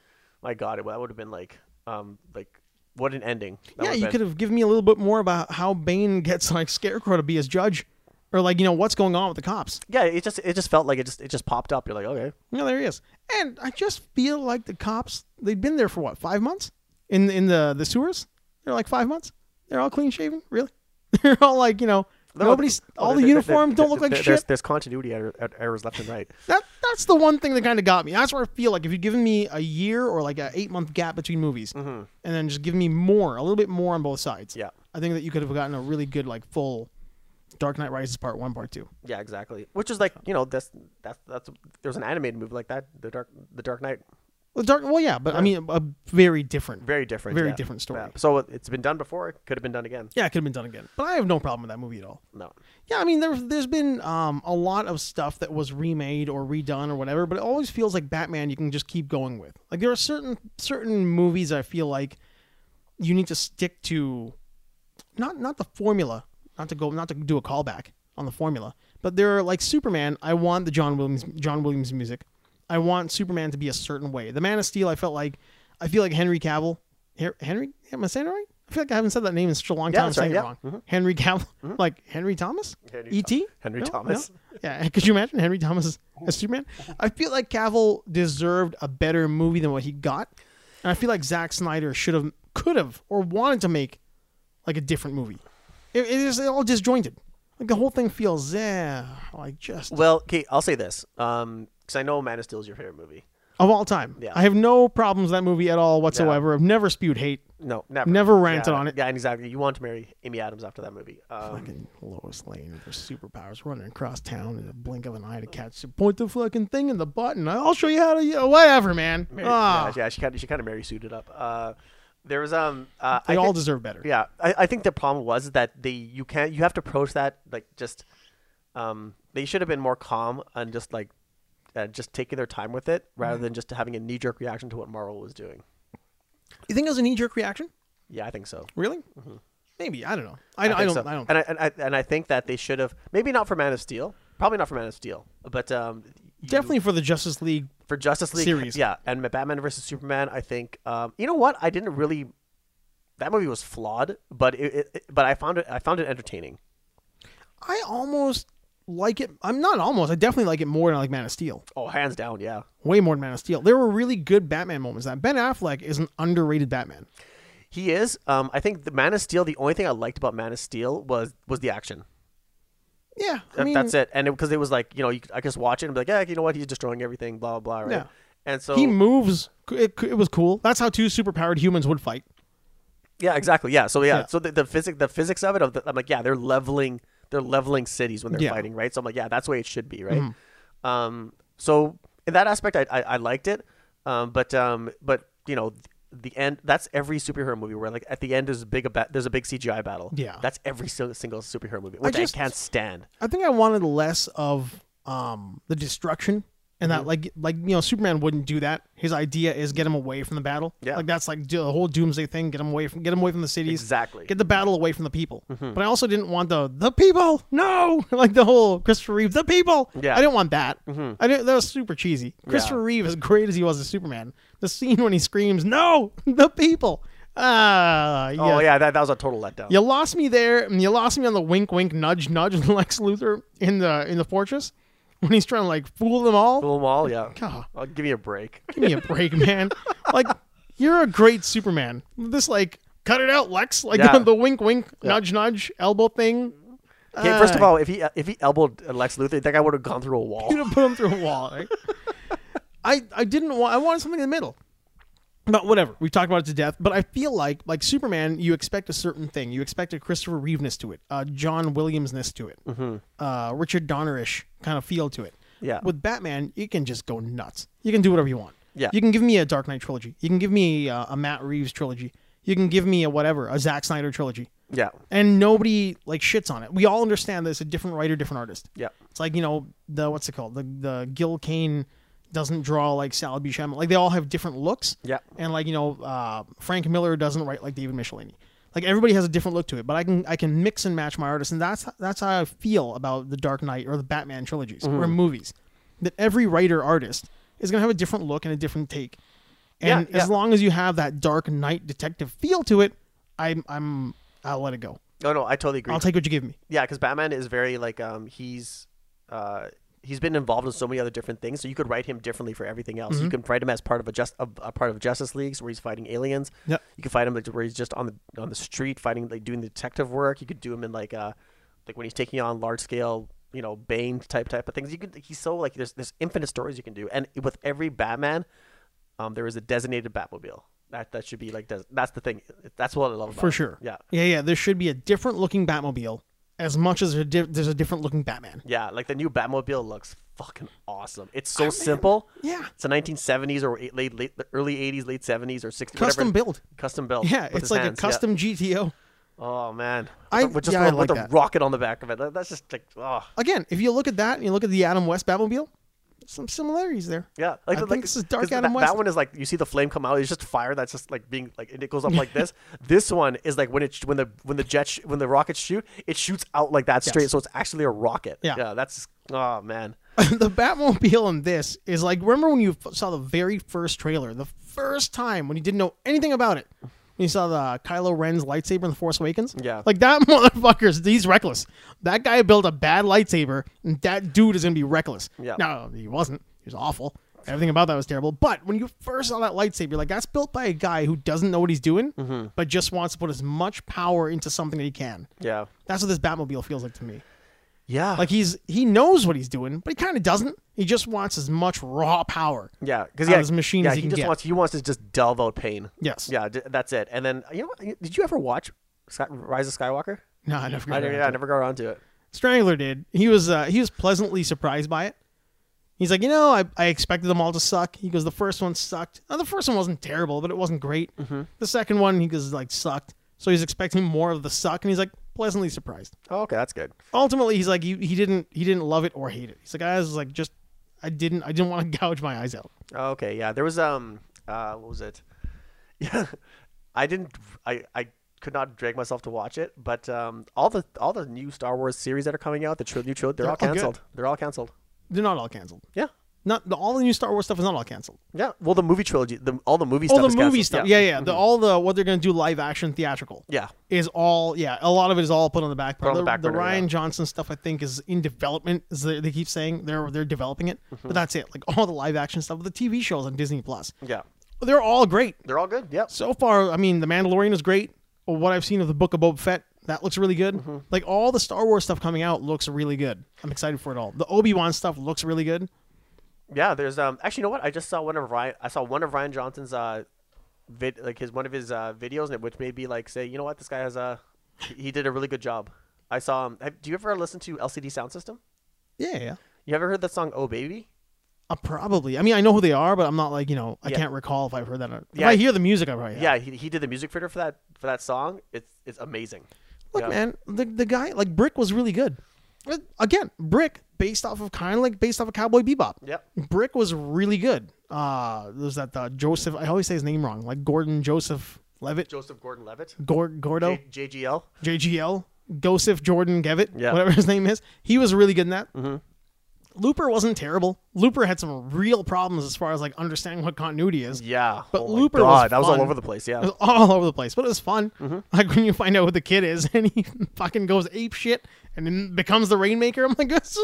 B: my God, it, that would have been like um like what an ending. That
A: yeah,
B: would've
A: you
B: been.
A: could have given me a little bit more about how Bane gets like Scarecrow to be his judge, or like you know what's going on with the cops.
B: Yeah, it just it just felt like it just it just popped up. You're like, okay,
A: Yeah, there he is. And I just feel like the cops they've been there for what five months in in the the sewers. They're like five months. They're all clean shaven, really. They're all like you know nobody's
B: Oh,
A: all the
B: there- there- there-
A: uniform
B: there-
A: don't look
B: there-
A: like
B: There's,
A: shit.
B: there's continuity error- er- errors left and right.
A: That that's the one thing that kind of got me. That's where I feel like if you'd given me a year or like an eight month gap between movies, and then just give me more, a little bit more on both sides.
B: Yeah.
A: I think that you could have gotten a really good like full Dark Knight Rises Part One, Part Two.
B: Yeah, exactly. Which is like you know that's that's that's there's an animated movie like that, the Dark the Dark Knight,
A: Well, Dark, well, yeah, but I mean a, a very different.
B: very different,
A: Very
B: yeah.
A: different story.
B: Yeah. So it's been done before, could have been done again.
A: Yeah, it could have been done again, but I have no problem with that movie at all.
B: No,
A: Yeah, I mean there there's been um, a lot of stuff that was remade or redone or whatever, but it always feels like Batman you can just keep going with. Like there are certain certain movies I feel like you need to stick to not not the formula, not to go not to do a callback on the formula, but there are like Superman, I want the John Williams John Williams music. I want Superman to be a certain way. The Man of Steel I felt like I feel like Henry Cavill Her- Henry am I saying it right? I feel like I haven't said that name in such a long
B: Yeah,
A: time. I'm
B: that's right,
A: saying
B: yeah.
A: it wrong. Henry Cavill, like Henry Thomas,
B: Mm-hmm. Henry
A: E.T.
B: Henry
A: No?
B: Thomas.
A: No? Yeah, could you imagine Henry Thomas as- as Superman? I feel like Cavill deserved a better movie than what he got, and I feel like Zack Snyder should have, could have, or wanted to make like a different movie. It, it is all disjointed. Like the whole thing feels, eh, like just
B: Well, okay, I'll say this, because I know Man of Steel is your favorite movie.
A: of all time.
B: Yeah.
A: I have no problems with that movie at all whatsoever. I've never spewed hate.
B: No, never,
A: Never ranted
B: Yeah,
A: on it.
B: Yeah, exactly. You want to marry Amy Adams after that movie. Um,
A: Fucking Lois Lane with her superpowers running across town in the blink of an eye to catch. Point the fucking thing in the button. I'll show you how to. Yeah, whatever, man.
B: marry-
A: Ah,
B: yeah, yeah, she kind of she kind of Mary suited up. Uh, there was um, uh,
A: they
B: I
A: all
B: thi-
A: deserve better.
B: Yeah, I, I think the problem was that they you can't you have to approach that like just um they should have been more calm and just like uh, just taking their time with it rather
A: Mm-hmm.
B: than just having a knee jerk reaction to what Marvel was doing.
A: You think it was a knee jerk reaction?
B: Yeah, I think so.
A: Really? Maybe I don't know. I, I,
B: think
A: don't.
B: so.
A: I don't.
B: And Mm-hmm. I, and I and I think that they should have maybe not for Man of Steel, probably not for Man of Steel, but um you-
A: Definitely for the Justice League.
B: for Justice League
A: Series.
B: Yeah, and Batman versus Superman. I think um, you know what I didn't really. That movie was flawed, but it, it, it- but I found it I found it entertaining.
A: I almost like it. I'm not almost. I definitely like it more than I like Man of Steel.
B: Oh, hands down, yeah.
A: Way more than Man of Steel. There were really good Batman moments. That Ben Affleck is an underrated Batman.
B: He is. Um, I think the Man of Steel. The only thing I liked about Man of Steel was was the action.
A: Yeah, I
B: That-
A: mean
B: That's it. And because it, was like you know you, could- I just watch it and be like, yeah, you know what? He's destroying everything. Blah blah. blah right.
A: Yeah.
B: And so
A: he moves It, it was cool. That's how two superpowered humans would fight.
B: Yeah, exactly. Yeah. So yeah.
A: Yeah.
B: So the, the physics the physics of it of the, I'm like yeah they're leveling they're leveling cities when they're
A: Yeah. Mm-hmm.
B: fighting right. So I'm like yeah that's the way it should be right. Um. So in that aspect I I, I liked it. Um. But um. But you know the end that's every superhero movie where like at the end there's a big a ba- there's a big CGI battle.
A: Yeah.
B: That's every single, single superhero movie which I,
A: just-
B: can't stand.
A: I think I wanted less of um the destruction and
B: Mm-hmm.
A: that like like you know Superman wouldn't do that. His idea is get him away from the battle.
B: Yeah.
A: like that's like do- the whole doomsday thing. Get him away from get him away from the cities.
B: Exactly. Mm-hmm.
A: Get the battle away from the people. But I also didn't want the the people. No, like the whole Christopher Reeve the people.
B: Yeah. Mm-hmm.
A: I didn't want that. I didn't, that was super cheesy. Christopher Reeve, as great as he was as Superman, the scene when he screams "No, the people!" Ah, yeah.
B: Oh yeah, that, that was a total letdown.
A: You lost me there, and you lost me on the wink, wink, nudge, nudge with Lex Luthor in the in the fortress when he's trying to like fool them all.
B: Fool 'em all, yeah.
A: God.
B: Oh, give me a break.
A: Give me a break, man! Like you're a great Superman. This like cut it out, Lex. Like
B: Yeah.
A: the, the wink, wink, nudge, nudge, elbow thing.
B: Okay, first of all, if he if he elbowed Lex Luthor, that guy would have gone through a wall.
A: You'd have put him through a wall. Right? I I didn't want. I wanted something in the middle. But whatever, we've talked about it to death. But I feel like, like Superman, you expect a certain thing. You expect a Christopher Reeveness to it, a John Williamsness to it, uh, Richard Donnerish kind of feel to it.
B: Yeah.
A: With Batman, you can just go nuts. You can do whatever you want.
B: Yeah.
A: You can give me a Dark Knight trilogy. You can give me uh, a Matt Reeves trilogy. You can give me a whatever, a Zack Snyder trilogy
B: Yeah.
A: and nobody like shits on it. We all understand that it's a different writer, different artist.
B: Yeah.
A: it's like you know the what's it called? The the Gil Kane doesn't draw like Sal B. Shyamalan. Like they all have different looks.
B: Yeah.
A: and like you know uh, Frank Miller doesn't write like David Michelinie. Like everybody has a different look to it, but I can I can mix and match my artists, and that's that's how I feel about the Dark Knight or the Batman trilogies or
B: Mm-hmm.
A: movies. That every writer artist is gonna have a different look and a different take,
B: Yeah,
A: and
B: yeah.
A: as long as you have that Dark Knight detective feel to it, I'm I'm I'll let it go.
B: Oh, No, no, I totally agree.
A: I'll take what you give me.
B: yeah, because Batman is very like um he's uh he's been involved in so many other different things, so you could write him differently for everything else.
A: Mm-hmm.
B: You can write him as part of a just a, a part of Justice Leagues where he's fighting aliens.
A: Yeah.
B: You can fight him like, where he's just on the on the street fighting like doing detective work. You could do him in like uh like when he's taking on large scale you know Bane type type of things. You could he's so like there's there's infinite stories you can do, and with every Batman, um there is a designated Batmobile. That, that should be like des- that's the thing. That's what I love about
A: For
B: it.
A: sure.
B: Yeah.
A: Yeah, yeah. There should be a different looking Batmobile as much as there di- there's a different looking Batman.
B: Yeah, like the new Batmobile looks fucking awesome. It's so simple.
A: Yeah.
B: It's a 1970s or eight, late, late the early 80s, late 70s or 60s.
A: Custom
B: whatever.
A: built.
B: Custom built.
A: Yeah,
B: with
A: it's
B: his
A: like
B: hands,
A: a
B: yeah.
A: custom GTO.
B: Oh man,
A: I-
B: with just
A: yeah, I
B: with,
A: like
B: with
A: that.
B: a rocket on the back of it. That- That's just like oh
A: Again, if you look at that and you look at the Adam West Batmobile, some similarities there.
B: yeah. Like
A: I
B: the-
A: think
B: like,
A: this is Dark
B: 'cause
A: Adam
B: that,
A: West.
B: That one is like you see the flame come out. It's just fire that's just like being like and it goes up like this. This one is like when it sh- when the when the jet sh- when the rockets shoot, it shoots out like that straight. So it's actually a rocket.
A: Yeah.
B: yeah. That's oh man.
A: the Batmobile in this is like remember when you f- saw the very first trailer, the first time when you didn't know anything about it. When you saw the Kylo Ren's lightsaber in The Force Awakens,
B: Yeah.
A: like that motherfucker's he's reckless. That guy built a bad lightsaber, and that dude is gonna be reckless.
B: Yeah.
A: No, he wasn't. He was awful. Everything about that was terrible. But when you first saw that lightsaber, like that's built by a guy who doesn't know what he's doing, but just wants to put as much power into something that he can.
B: Mm-hmm. Yeah.
A: That's what this Batmobile feels like to me.
B: Yeah.
A: Like he's he knows what he's doing, but he kind of doesn't. He just wants as much raw power.
B: Yeah, because
A: out
B: yeah,
A: of his machine
B: yeah,
A: as he
B: he,
A: can
B: just
A: get.
B: wants he wants to just delve out pain.
A: Yes.
B: Yeah, d- that's it. And then you know, what? did you ever watch Sky- Rise of Skywalker?
A: No, I never. got around
B: I, never-
A: to
B: yeah, I
A: it.
B: never got around to it.
A: Strangler did. He was uh, he was pleasantly surprised by it. He's like, you know, I, I expected them all to suck. He goes, the first one sucked. Now, the first one wasn't terrible, but it wasn't great.
B: Mm-hmm.
A: The second one, he goes, like sucked. So he's expecting more of the suck, and he's like pleasantly surprised.
B: Oh, okay, that's good.
A: Ultimately, he's like, he, he didn't he didn't love it or hate it. He's like, I was like, just I didn't I didn't want to gouge my eyes out.
B: Oh, Okay, yeah, there was um, uh, what was it? Yeah, I didn't, I, I could not drag myself to watch it. But um, all the all the new Star Wars series that are coming out, the tri- new trilogy, they're, all
A: all oh, good.
B: canceled. They're all canceled.
A: They're not all canceled.
B: Yeah,
A: Not the, all the new Star Wars stuff is not all canceled.
B: yeah. Well, the movie trilogy, the all the movie
A: all
B: stuff.
A: the
B: is
A: movie
B: canceled.
A: stuff.
B: Mm-hmm.
A: Yeah, yeah. The, all the what they're gonna do live action theatrical.
B: yeah.
A: Is all yeah. A lot of it is all put on the back burner.
B: on the back burner,
A: Ryan
B: yeah.
A: Johnson stuff I think is in development. Is they, they keep saying they're they're developing it,
B: Mm-hmm.
A: but that's it. Like all the live action stuff, the TV shows on Disney Plus,
B: yeah, yeah.
A: they're all great
B: They're all good. Yep.
A: so far. I mean, The Mandalorian is great. Or what I've seen of the Book of Boba Fett, that looks really good.
B: Mm-hmm.
A: Like all the Star Wars stuff coming out looks really good. I'm excited for it all. The Obi Wan stuff looks really good.
B: Yeah, there's um actually you know what? I just saw one of Ryan I saw one of Ryan Johnson's uh vid like his one of his uh videos and which made me like say, you know what, this guy has a he he did a really good job. I saw um have, do you ever listen to LCD Sound System?
A: Yeah, yeah.
B: You ever heard that song Oh Baby?
A: Uh, probably. I mean, I know who they are, but I'm not like you know. I
B: Yeah.
A: can't recall if I've heard that. Or, if
B: Yeah.
A: I hear the music, I probably have.
B: Yeah, he, he did the music for for that for that song. It's it's amazing.
A: Look,
B: Yeah.
A: man, the the guy like Brick was really good. Uh, Again, Brick based off of kind of like based off of Cowboy Bebop.
B: Yep.
A: Brick was really good. Uh, there's that uh, Joseph. I always say his name wrong. Like Gordon Joseph Levitt,
B: Joseph Gordon Levitt.
A: Gor- Gordo.
B: J- JGL.
A: JGL, Joseph Jordan Gevitt,
B: Yeah. Mm-hmm.
A: whatever his name is. He was really good in that. Looper wasn't terrible. Looper had some real problems as far as like understanding what continuity is.
B: Yeah. Oh
A: But
B: my
A: Looper was
B: that was all
A: fun.
B: over the place, yeah.
A: It was all over the place, but it was fun.
B: Mm-hmm.
A: Like when you find out who the kid is and he fucking goes ape shit and then becomes the rainmaker. I'm like, that's,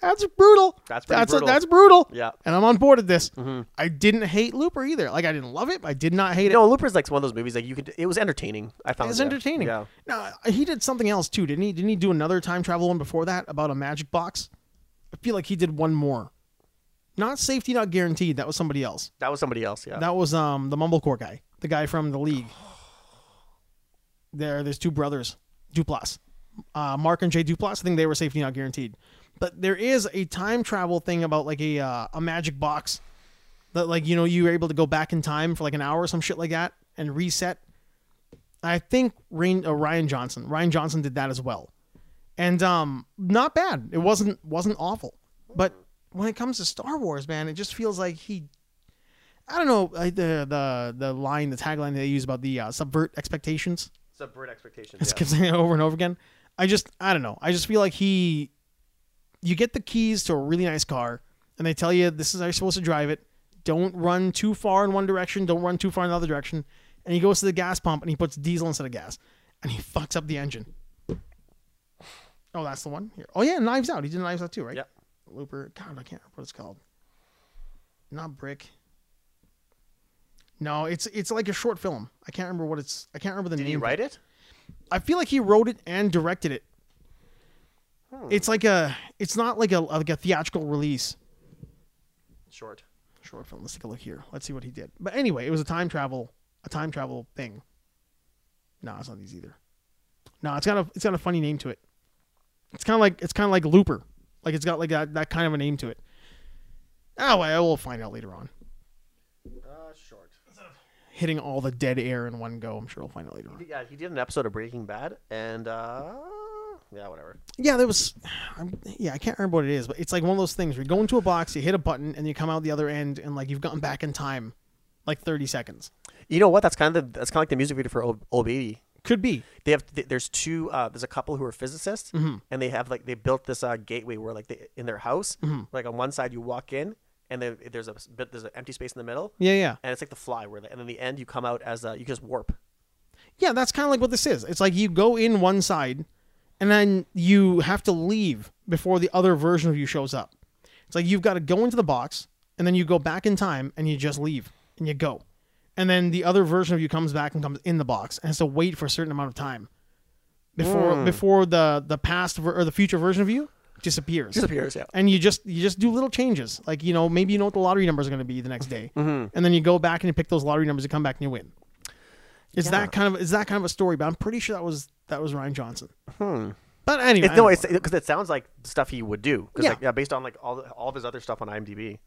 A: that's brutal.
B: That's pretty
A: that's
B: brutal.
A: that's brutal.
B: Yeah. Mm-hmm.
A: and I'm on board with this. I didn't hate Looper either. Like I didn't love it. But I did not hate it.
B: No, Looper's like one of those movies like you could it was entertaining. I found
A: It was
B: yeah.
A: entertaining.
B: Yeah.
A: Now uh, he did something else too, didn't he? Didn't he do another time travel one before that about a magic box? I feel like he did one more. Not safety, not guaranteed. That was somebody else.
B: That was somebody else, yeah.
A: That was um the Mumblecore guy, the guy from the league. There, there's two brothers, Duplass, uh, Mark and Jay Duplass. I think they were safety not guaranteed. But there is a time travel thing about like a uh, a magic box that like you know you were able to go back in time for like an hour or some shit like that and reset. I think Rain, uh, Ryan Johnson, Ryan Johnson did that as well, and um not bad. It wasn't wasn't awful, but when it comes to Star Wars, man, it just feels like he I don't know like the the the line, the tagline they use about the uh, subvert expectations.
B: Subvert expectations.
A: Just keep saying it over and over again. I just I don't know. I just feel like he, you get the keys to a really nice car, and they tell you this is how you're supposed to drive it. Don't run too far in one direction. Don't run too far in the other direction. And he goes to the gas pump and he puts diesel instead of gas, and he fucks up the engine. Oh, that's the one here. Oh yeah, Knives Out. He did Knives Out too, right?
B: Yep.
A: Looper. God, I can't remember what it's called. Not Brick. No, it's it's like a short film. I can't remember what it's. I can't remember the
B: Did
A: name.
B: he
A: of it.
B: write it?
A: I feel like he wrote it and directed it. It's like a. It's not like a like a theatrical release
B: Short.
A: short film. Let's take a look here. Let's see what he did. But anyway, it was a time travel a time travel thing. No, it's not these either. No, it's got a it's got a funny name to it. It's kind of like it's kind of like Looper. Like it's got like that, that kind of a name to it. Oh, well, I will find out later on.
B: Uh, short.
A: Hitting all the dead air in one go. I'm sure we'll find out later on.
B: Yeah, he did an episode of Breaking Bad, and uh, yeah, whatever.
A: Yeah, there was. I'm, yeah, I can't remember what it is, but it's like one of those things where you go into a box, you hit a button, and you come out the other end, and like you've gotten back in time, like 30 seconds.
B: You know what? That's kind of the, that's kind of like the music video for Old, Old Baby.
A: Could be.
B: They have th- there's two uh, there's a couple who are physicists, and they have like they built this uh, gateway where like they, in their house, like on one side you walk in, and there, there's a s- bit there's an empty space in the middle,
A: Yeah, yeah.
B: and it's like the fly where the, and in the end you come out as uh, you just warp.
A: Yeah, that's kind of like what this is. It's like you go in one side, and then you have to leave before the other version of you shows up. It's like you've got to go into the box, and then you go back in time, and you just leave, and you go, and then the other version of you comes back and comes in the box, and has to wait for a certain amount of time before before the the past ver- or the future version of you disappears
B: Disappears. Yeah.
A: and you just you just do little changes. Like you know, maybe you know what the lottery numbers are going to be the next day,
B: Mm-hmm.
A: and then you go back and you pick those lottery numbers and come back and you win. It's
B: Yeah.
A: that kind of it's that kind of a story, but I'm pretty sure that was that was Ryan Johnson. But anyway,
B: Hmm. It's, no, it's because it sounds like stuff he would do. 'Cause,
A: Yeah.
B: Like, yeah. Based on like all the, all of his other stuff on IMDb.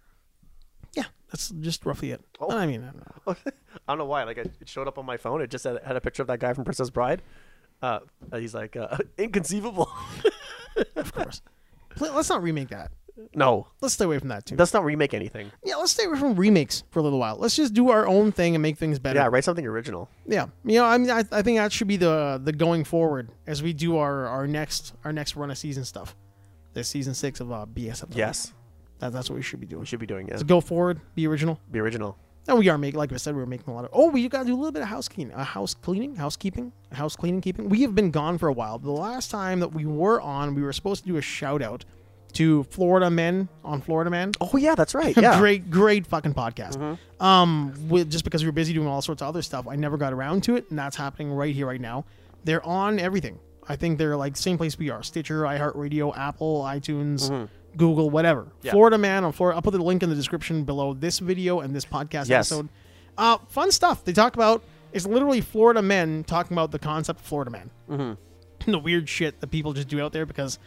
A: yeah, that's just roughly it.
B: Oh.
A: But I mean, I don't know.
B: I don't know why. Like it it showed up on my phone. It just had, had a picture of that guy from Princess Bride. Uh, and he's like uh, inconceivable.
A: of course. Pl- Let's not remake that.
B: no,
A: Let's stay away from that too.
B: let's not remake anything.
A: yeah, let's stay away from remakes for a little while. Let's just do our own thing and make things better.
B: Yeah, write something original.
A: Yeah, you know, I mean, I, I think that should be the the going forward as we do our our next our next run of season stuff. This season six of uh, BSF.
B: Yes,
A: that, that's what we should be doing.
B: we should be doing it.
A: So go forward, be original.
B: Be original.
A: And we are making, like I said, we are making a lot of. Oh, we got to do a little bit of house cleaning, uh, house cleaning, housekeeping, house cleaning, keeping. We have been gone for a while. The last time that we were on, we were supposed to do a shout out to Florida Men on Florida Man.
B: Oh yeah, that's right. Yeah, Mm-hmm.
A: great, great fucking podcast. Um, with, just because we were busy doing all sorts of other stuff, I never got around to it, and that's happening right here, right now. They're on everything. I think they're like same place we are: Stitcher, iHeartRadio, Apple, iTunes, Google, whatever.
B: Mm-hmm. Yeah.
A: Florida Man on Florida. I'll put the link in the description below this video and this podcast
B: Yes.
A: episode. Uh, fun stuff. They talk about it's literally Florida men talking about the concept of Florida Man. Mm-hmm. The weird shit that people just do out there because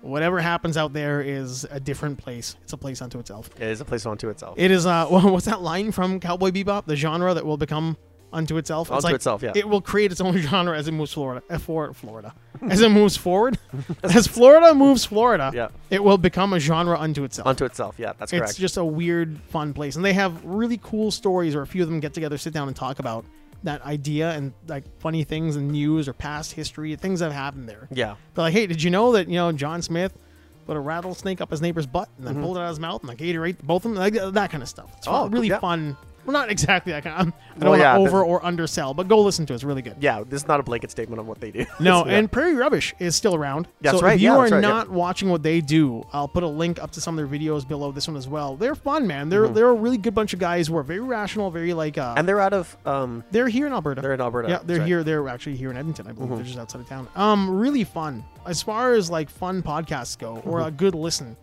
A: whatever happens out there is a different place. It's a place unto itself.
B: It is a place unto itself.
A: It is uh, well, what's that line from Cowboy Bebop? The genre that will become unto itself.
B: Unto itself, yeah.
A: It will create its own genre as it moves Florida, uh, for Florida, as it moves forward, as Florida moves Florida.
B: Yeah.
A: It will become a genre unto itself.
B: unto itself. Yeah, that's
A: it's
B: correct.
A: just a weird, fun place, and they have really cool stories where a few of them get together, sit down, and talk about that idea and like funny things and news or past history, things that have happened there.
B: yeah.
A: They're like, hey, did you know that you know John Smith put a rattlesnake up his neighbor's butt and then pulled it out of his mouth and like Gatorade both of them, like uh, that kind of stuff. It's
B: Mm-hmm. Oh, cool,
A: really
B: yeah.
A: fun. Well, not exactly that kind. Of, I'm- I don't
B: Well,
A: want to
B: yeah,
A: over
B: this-
A: or undersell, but go listen to it. It's really good.
B: Yeah, this is not a blanket statement on what they do.
A: No,
B: It's- yeah.
A: and Prairie Rubbish is still around.
B: That's
A: so
B: right,
A: If you
B: yeah,
A: are
B: that's right, yeah.
A: not watching what they do, I'll put a link up to some of their videos below this one as well. They're fun, man. They're they're a really good bunch of guys who are very rational, very like. Uh,
B: Mm-hmm. and they're out of um,
A: they're here in Alberta.
B: They're in Alberta,
A: Yeah, they're
B: that's right.
A: here. They're actually here in Edmonton. I believe they're just outside of town. Um, really fun as far as like fun podcasts go, or a good listen.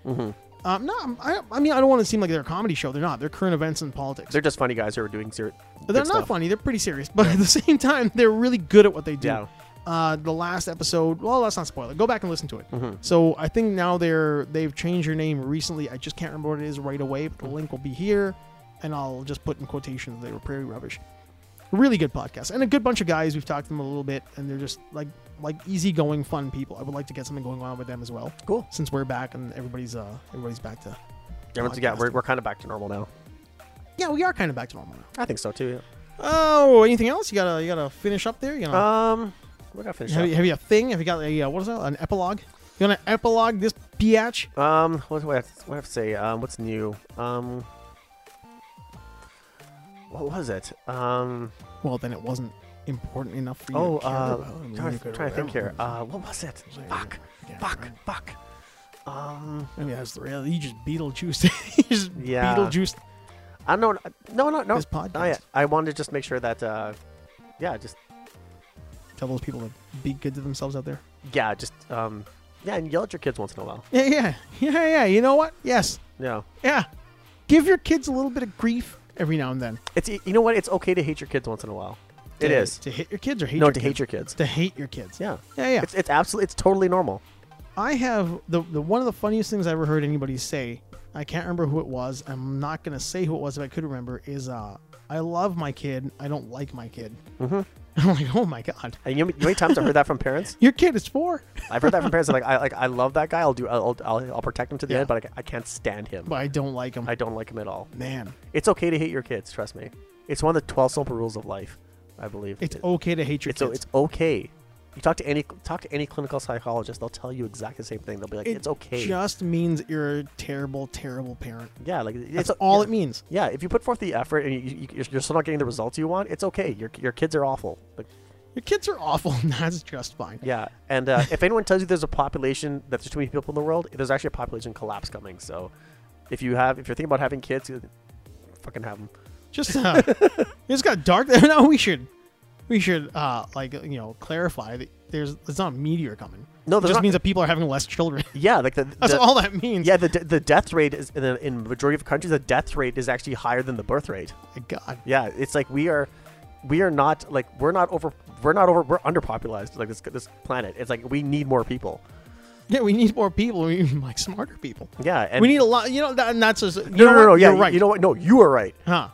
A: Um, no, I, I mean I don't want to seem like they're a comedy show. They're not. They're current events and politics.
B: they're just funny guys who are doing ser-
A: But
B: good
A: they're not
B: stuff.
A: funny. They're pretty serious, but at the same time, they're really good at what they do.
B: Yeah.
A: Uh, the last episode. Well, let's not spoil it. Go back and listen to it. So I think now they're they've changed their name recently. I just can't remember what it is right away, but the link will be here, and I'll just put in quotations they were prairie rubbish. Really good podcast and a good bunch of guys. We've talked to them a little bit, and they're just like like easygoing, fun people. I would like to get something going on with them as well.
B: Cool.
A: Since we're back and everybody's uh everybody's back to
B: Everyone's, yeah, we're,
A: podcasting.
B: we're kind of back to normal now.
A: yeah we are kind of back to normal now.
B: I think so too.
A: Oh, anything else? You gotta you gotta finish up there. You know.
B: Yeah. Um, we gotta finish
A: Have you,
B: up.
A: have you a thing? Have you got a uh, what is that? An epilogue? You gonna epilogue this biatch?
B: Um, what do I have, what do I have to say? Um, what's new? Um, what was it? Um,
A: Well, then it wasn't important enough for you.
B: oh,
A: to care
B: uh,
A: about. I mean,
B: trying,
A: you
B: to-
A: could-
B: trying to think here. Uh, what was it?
A: Sorry,
B: Fuck,
A: yeah,
B: fuck,
A: right.
B: fuck. Um,
A: I mean, that's the real. You just Beetlejuice. you just
B: Yeah.
A: Beetlejuice.
B: I don't know. No, no, no.
A: This podcast.
B: Not yet. I wanted to just make sure that, uh, yeah, just
A: Tell those people to be good to themselves out there.
B: yeah, just um, yeah, and yell at your kids once in a while.
A: Yeah, yeah, yeah, yeah. You know what? Yes,
B: Yeah,
A: yeah. Give your kids a little bit of grief every now and then.
B: it's you know what? It's okay to hate your kids once in a while. It
A: To-
B: is.
A: to hit your kids or hate
B: No,
A: your
B: to
A: kids?
B: hate your kids.
A: to hate your kids.
B: Yeah,
A: yeah, yeah.
B: it's it's absolutely it's totally normal.
A: I have the, the one of the funniest things I ever heard anybody say. I can't remember who it was. I'm not gonna say who it was if I could remember. Is uh, I love my kid. I don't like my kid. Mm-hmm. I'm like, oh my god,
B: And you know how many times I've heard that from parents?
A: your kid is four.
B: I've heard that from parents. They're like I like I love that guy. I'll do. I'll I'll, I'll protect him to the
A: Yeah.
B: end, but I, ca- I can't stand him.
A: But I don't like him.
B: I don't like him at all.
A: Man,
B: It's okay to hate your kids. Trust me. It's one of the twelve simple rules of life. I believe
A: it's
B: It-
A: okay to hate your
B: it's o-
A: kids.
B: it's okay. You talk to any talk to any clinical psychologist, they'll tell you exactly the same thing. They'll be like,
A: It
B: "It's okay."
A: Just means you're a terrible, terrible parent.
B: yeah, like
A: That's
B: it's
A: all
B: yeah.
A: it means.
B: Yeah, if you put forth the effort and you, you, you're- you're still not getting the results you want, it's okay. Your, your kids are awful. Like,
A: Your kids are awful. and That's just fine.
B: yeah, and uh, if anyone tells you there's a population that there's too many people in the world, there's actually a population collapse coming. So, if you have, if you're thinking about having kids, you- fucking have them.
A: Just uh, it just got dark there. No, we should, we should uh, like you know clarify that there's it's not a meteor coming.
B: No,
A: it
B: there's
A: just
B: not-
A: means that people are having less children.
B: Yeah, like the,
A: That's
B: the-
A: all that means.
B: Yeah, the, de- the death rate is in the in majority of countries, the death rate is actually higher than the birth rate.
A: My God.
B: Yeah, it's like we are, we are not like we're not over, we're not over, we're underpopulized like this this planet. It's like we need more people.
A: Yeah, we need more people. We need like smarter people.
B: Yeah, and
A: we need a lot. You know, that, and that's just. You
B: no,
A: know
B: no, no,
A: what?
B: no, yeah,
A: You're right.
B: You know what? No, you are right.
A: huh?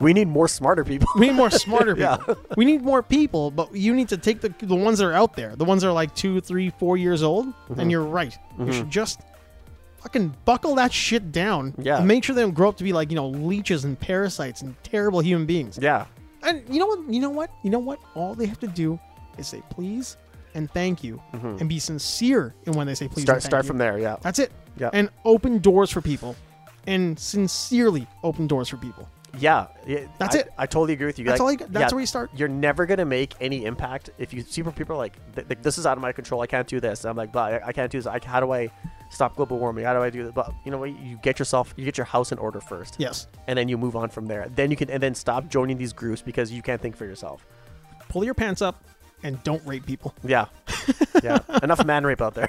B: We need more smarter people.
A: We need more smarter
B: Yeah.
A: people. We need more people, but you need to take the the ones that are out there, the ones that are like two, three, four years old.
B: Mm-hmm.
A: And you're right. You should just fucking buckle that shit down.
B: Yeah.
A: And make sure they don't grow up to be like you know leeches and parasites and terrible human beings.
B: yeah.
A: And you know what? You know what? You know what? All they have to do is say please and thank you, and be sincere in when they say please.
B: Mm-hmm. Start
A: and thank
B: start
A: you.
B: from there. Yeah.
A: That's it.
B: Yep.
A: And open doors for people. And sincerely open doors for people.
B: Yeah. yeah,
A: That's
B: I-
A: it.
B: I totally agree with you.
A: That's
B: Like,
A: all you got- that's where you start.
B: You're never gonna make any impact if you see people are like, th- like, this is out of my control. I can't do this. I'm like, blah, I I can't do this. I, how do I stop global warming? How do I do this? But you know what? You get yourself, you get your house in order first.
A: Yes.
B: And then you move on from there. Then you can, and then stop joining these groups because you can't think for yourself.
A: Pull your pants up and don't rape people.
B: Yeah. yeah. Enough man rape out there.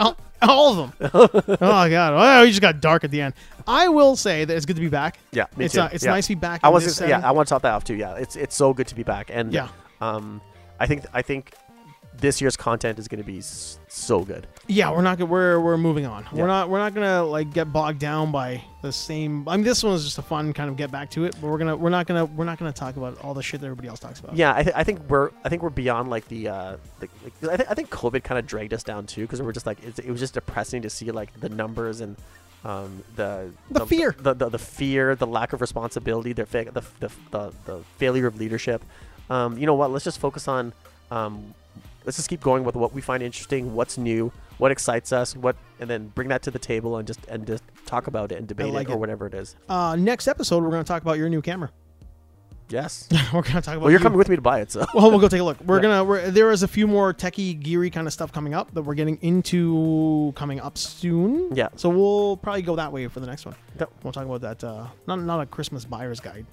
A: I'll- all of them. oh my god! Oh, you just got dark at the end. I will say that it's good to be back.
B: Yeah, me
A: it's
B: too.
A: uh, it's
B: Yeah.
A: nice to be back.
B: I
A: in
B: was
A: this
B: gonna say- yeah,
A: setting.
B: I want to top that off too. Yeah, it's it's so good to be back, and
A: Yeah.
B: um, I think I think this year's content is going to be s- so good.
A: yeah we're not gonna we're we're moving on
B: Yeah.
A: we're not we're not gonna like get bogged down by the same i mean this one was just a fun kind of get back to it but we're gonna we're not gonna we're not gonna talk about all the shit that everybody else talks about
B: Yeah, I, th- I think we're I think we're beyond like the uh, the, like, 'cause I, th- I think COVID kind of dragged us down too because we're just like it's, it was just depressing to see like the numbers and um, the
A: The fear.
B: the, the the fear the lack of responsibility the fa- the the, the, the failure of leadership. Um, you know what? Let's just focus on um, let's just keep going with what we find interesting, what's new, what excites us, what and then bring that to the table and just and just talk about it and debate
A: like
B: it or
A: it.
B: whatever it is.
A: uh next episode we're gonna talk about your new camera
B: Yes.
A: we're gonna talk about
B: well, you're
A: you-
B: coming with me to buy it, so.
A: well, we'll go take a look. We're
B: Yeah.
A: gonna. We're, there is a few more techie, geary kind of stuff coming up that we're getting into coming up soon.
B: Yeah.
A: So we'll probably go that way for the next one.
B: That-
A: We'll talk about that. Uh, not not a Christmas buyer's guide,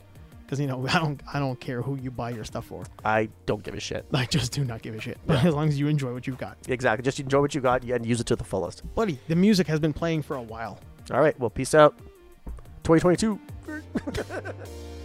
A: because you know I don't I don't care who you buy your stuff for.
B: I don't give a shit.
A: I just do not give a shit. as long as you enjoy what you've got,
B: Exactly. Just enjoy what you got and use it to the fullest.
A: buddy. The music has been playing for a while.
B: All right. Well, peace out. 2022.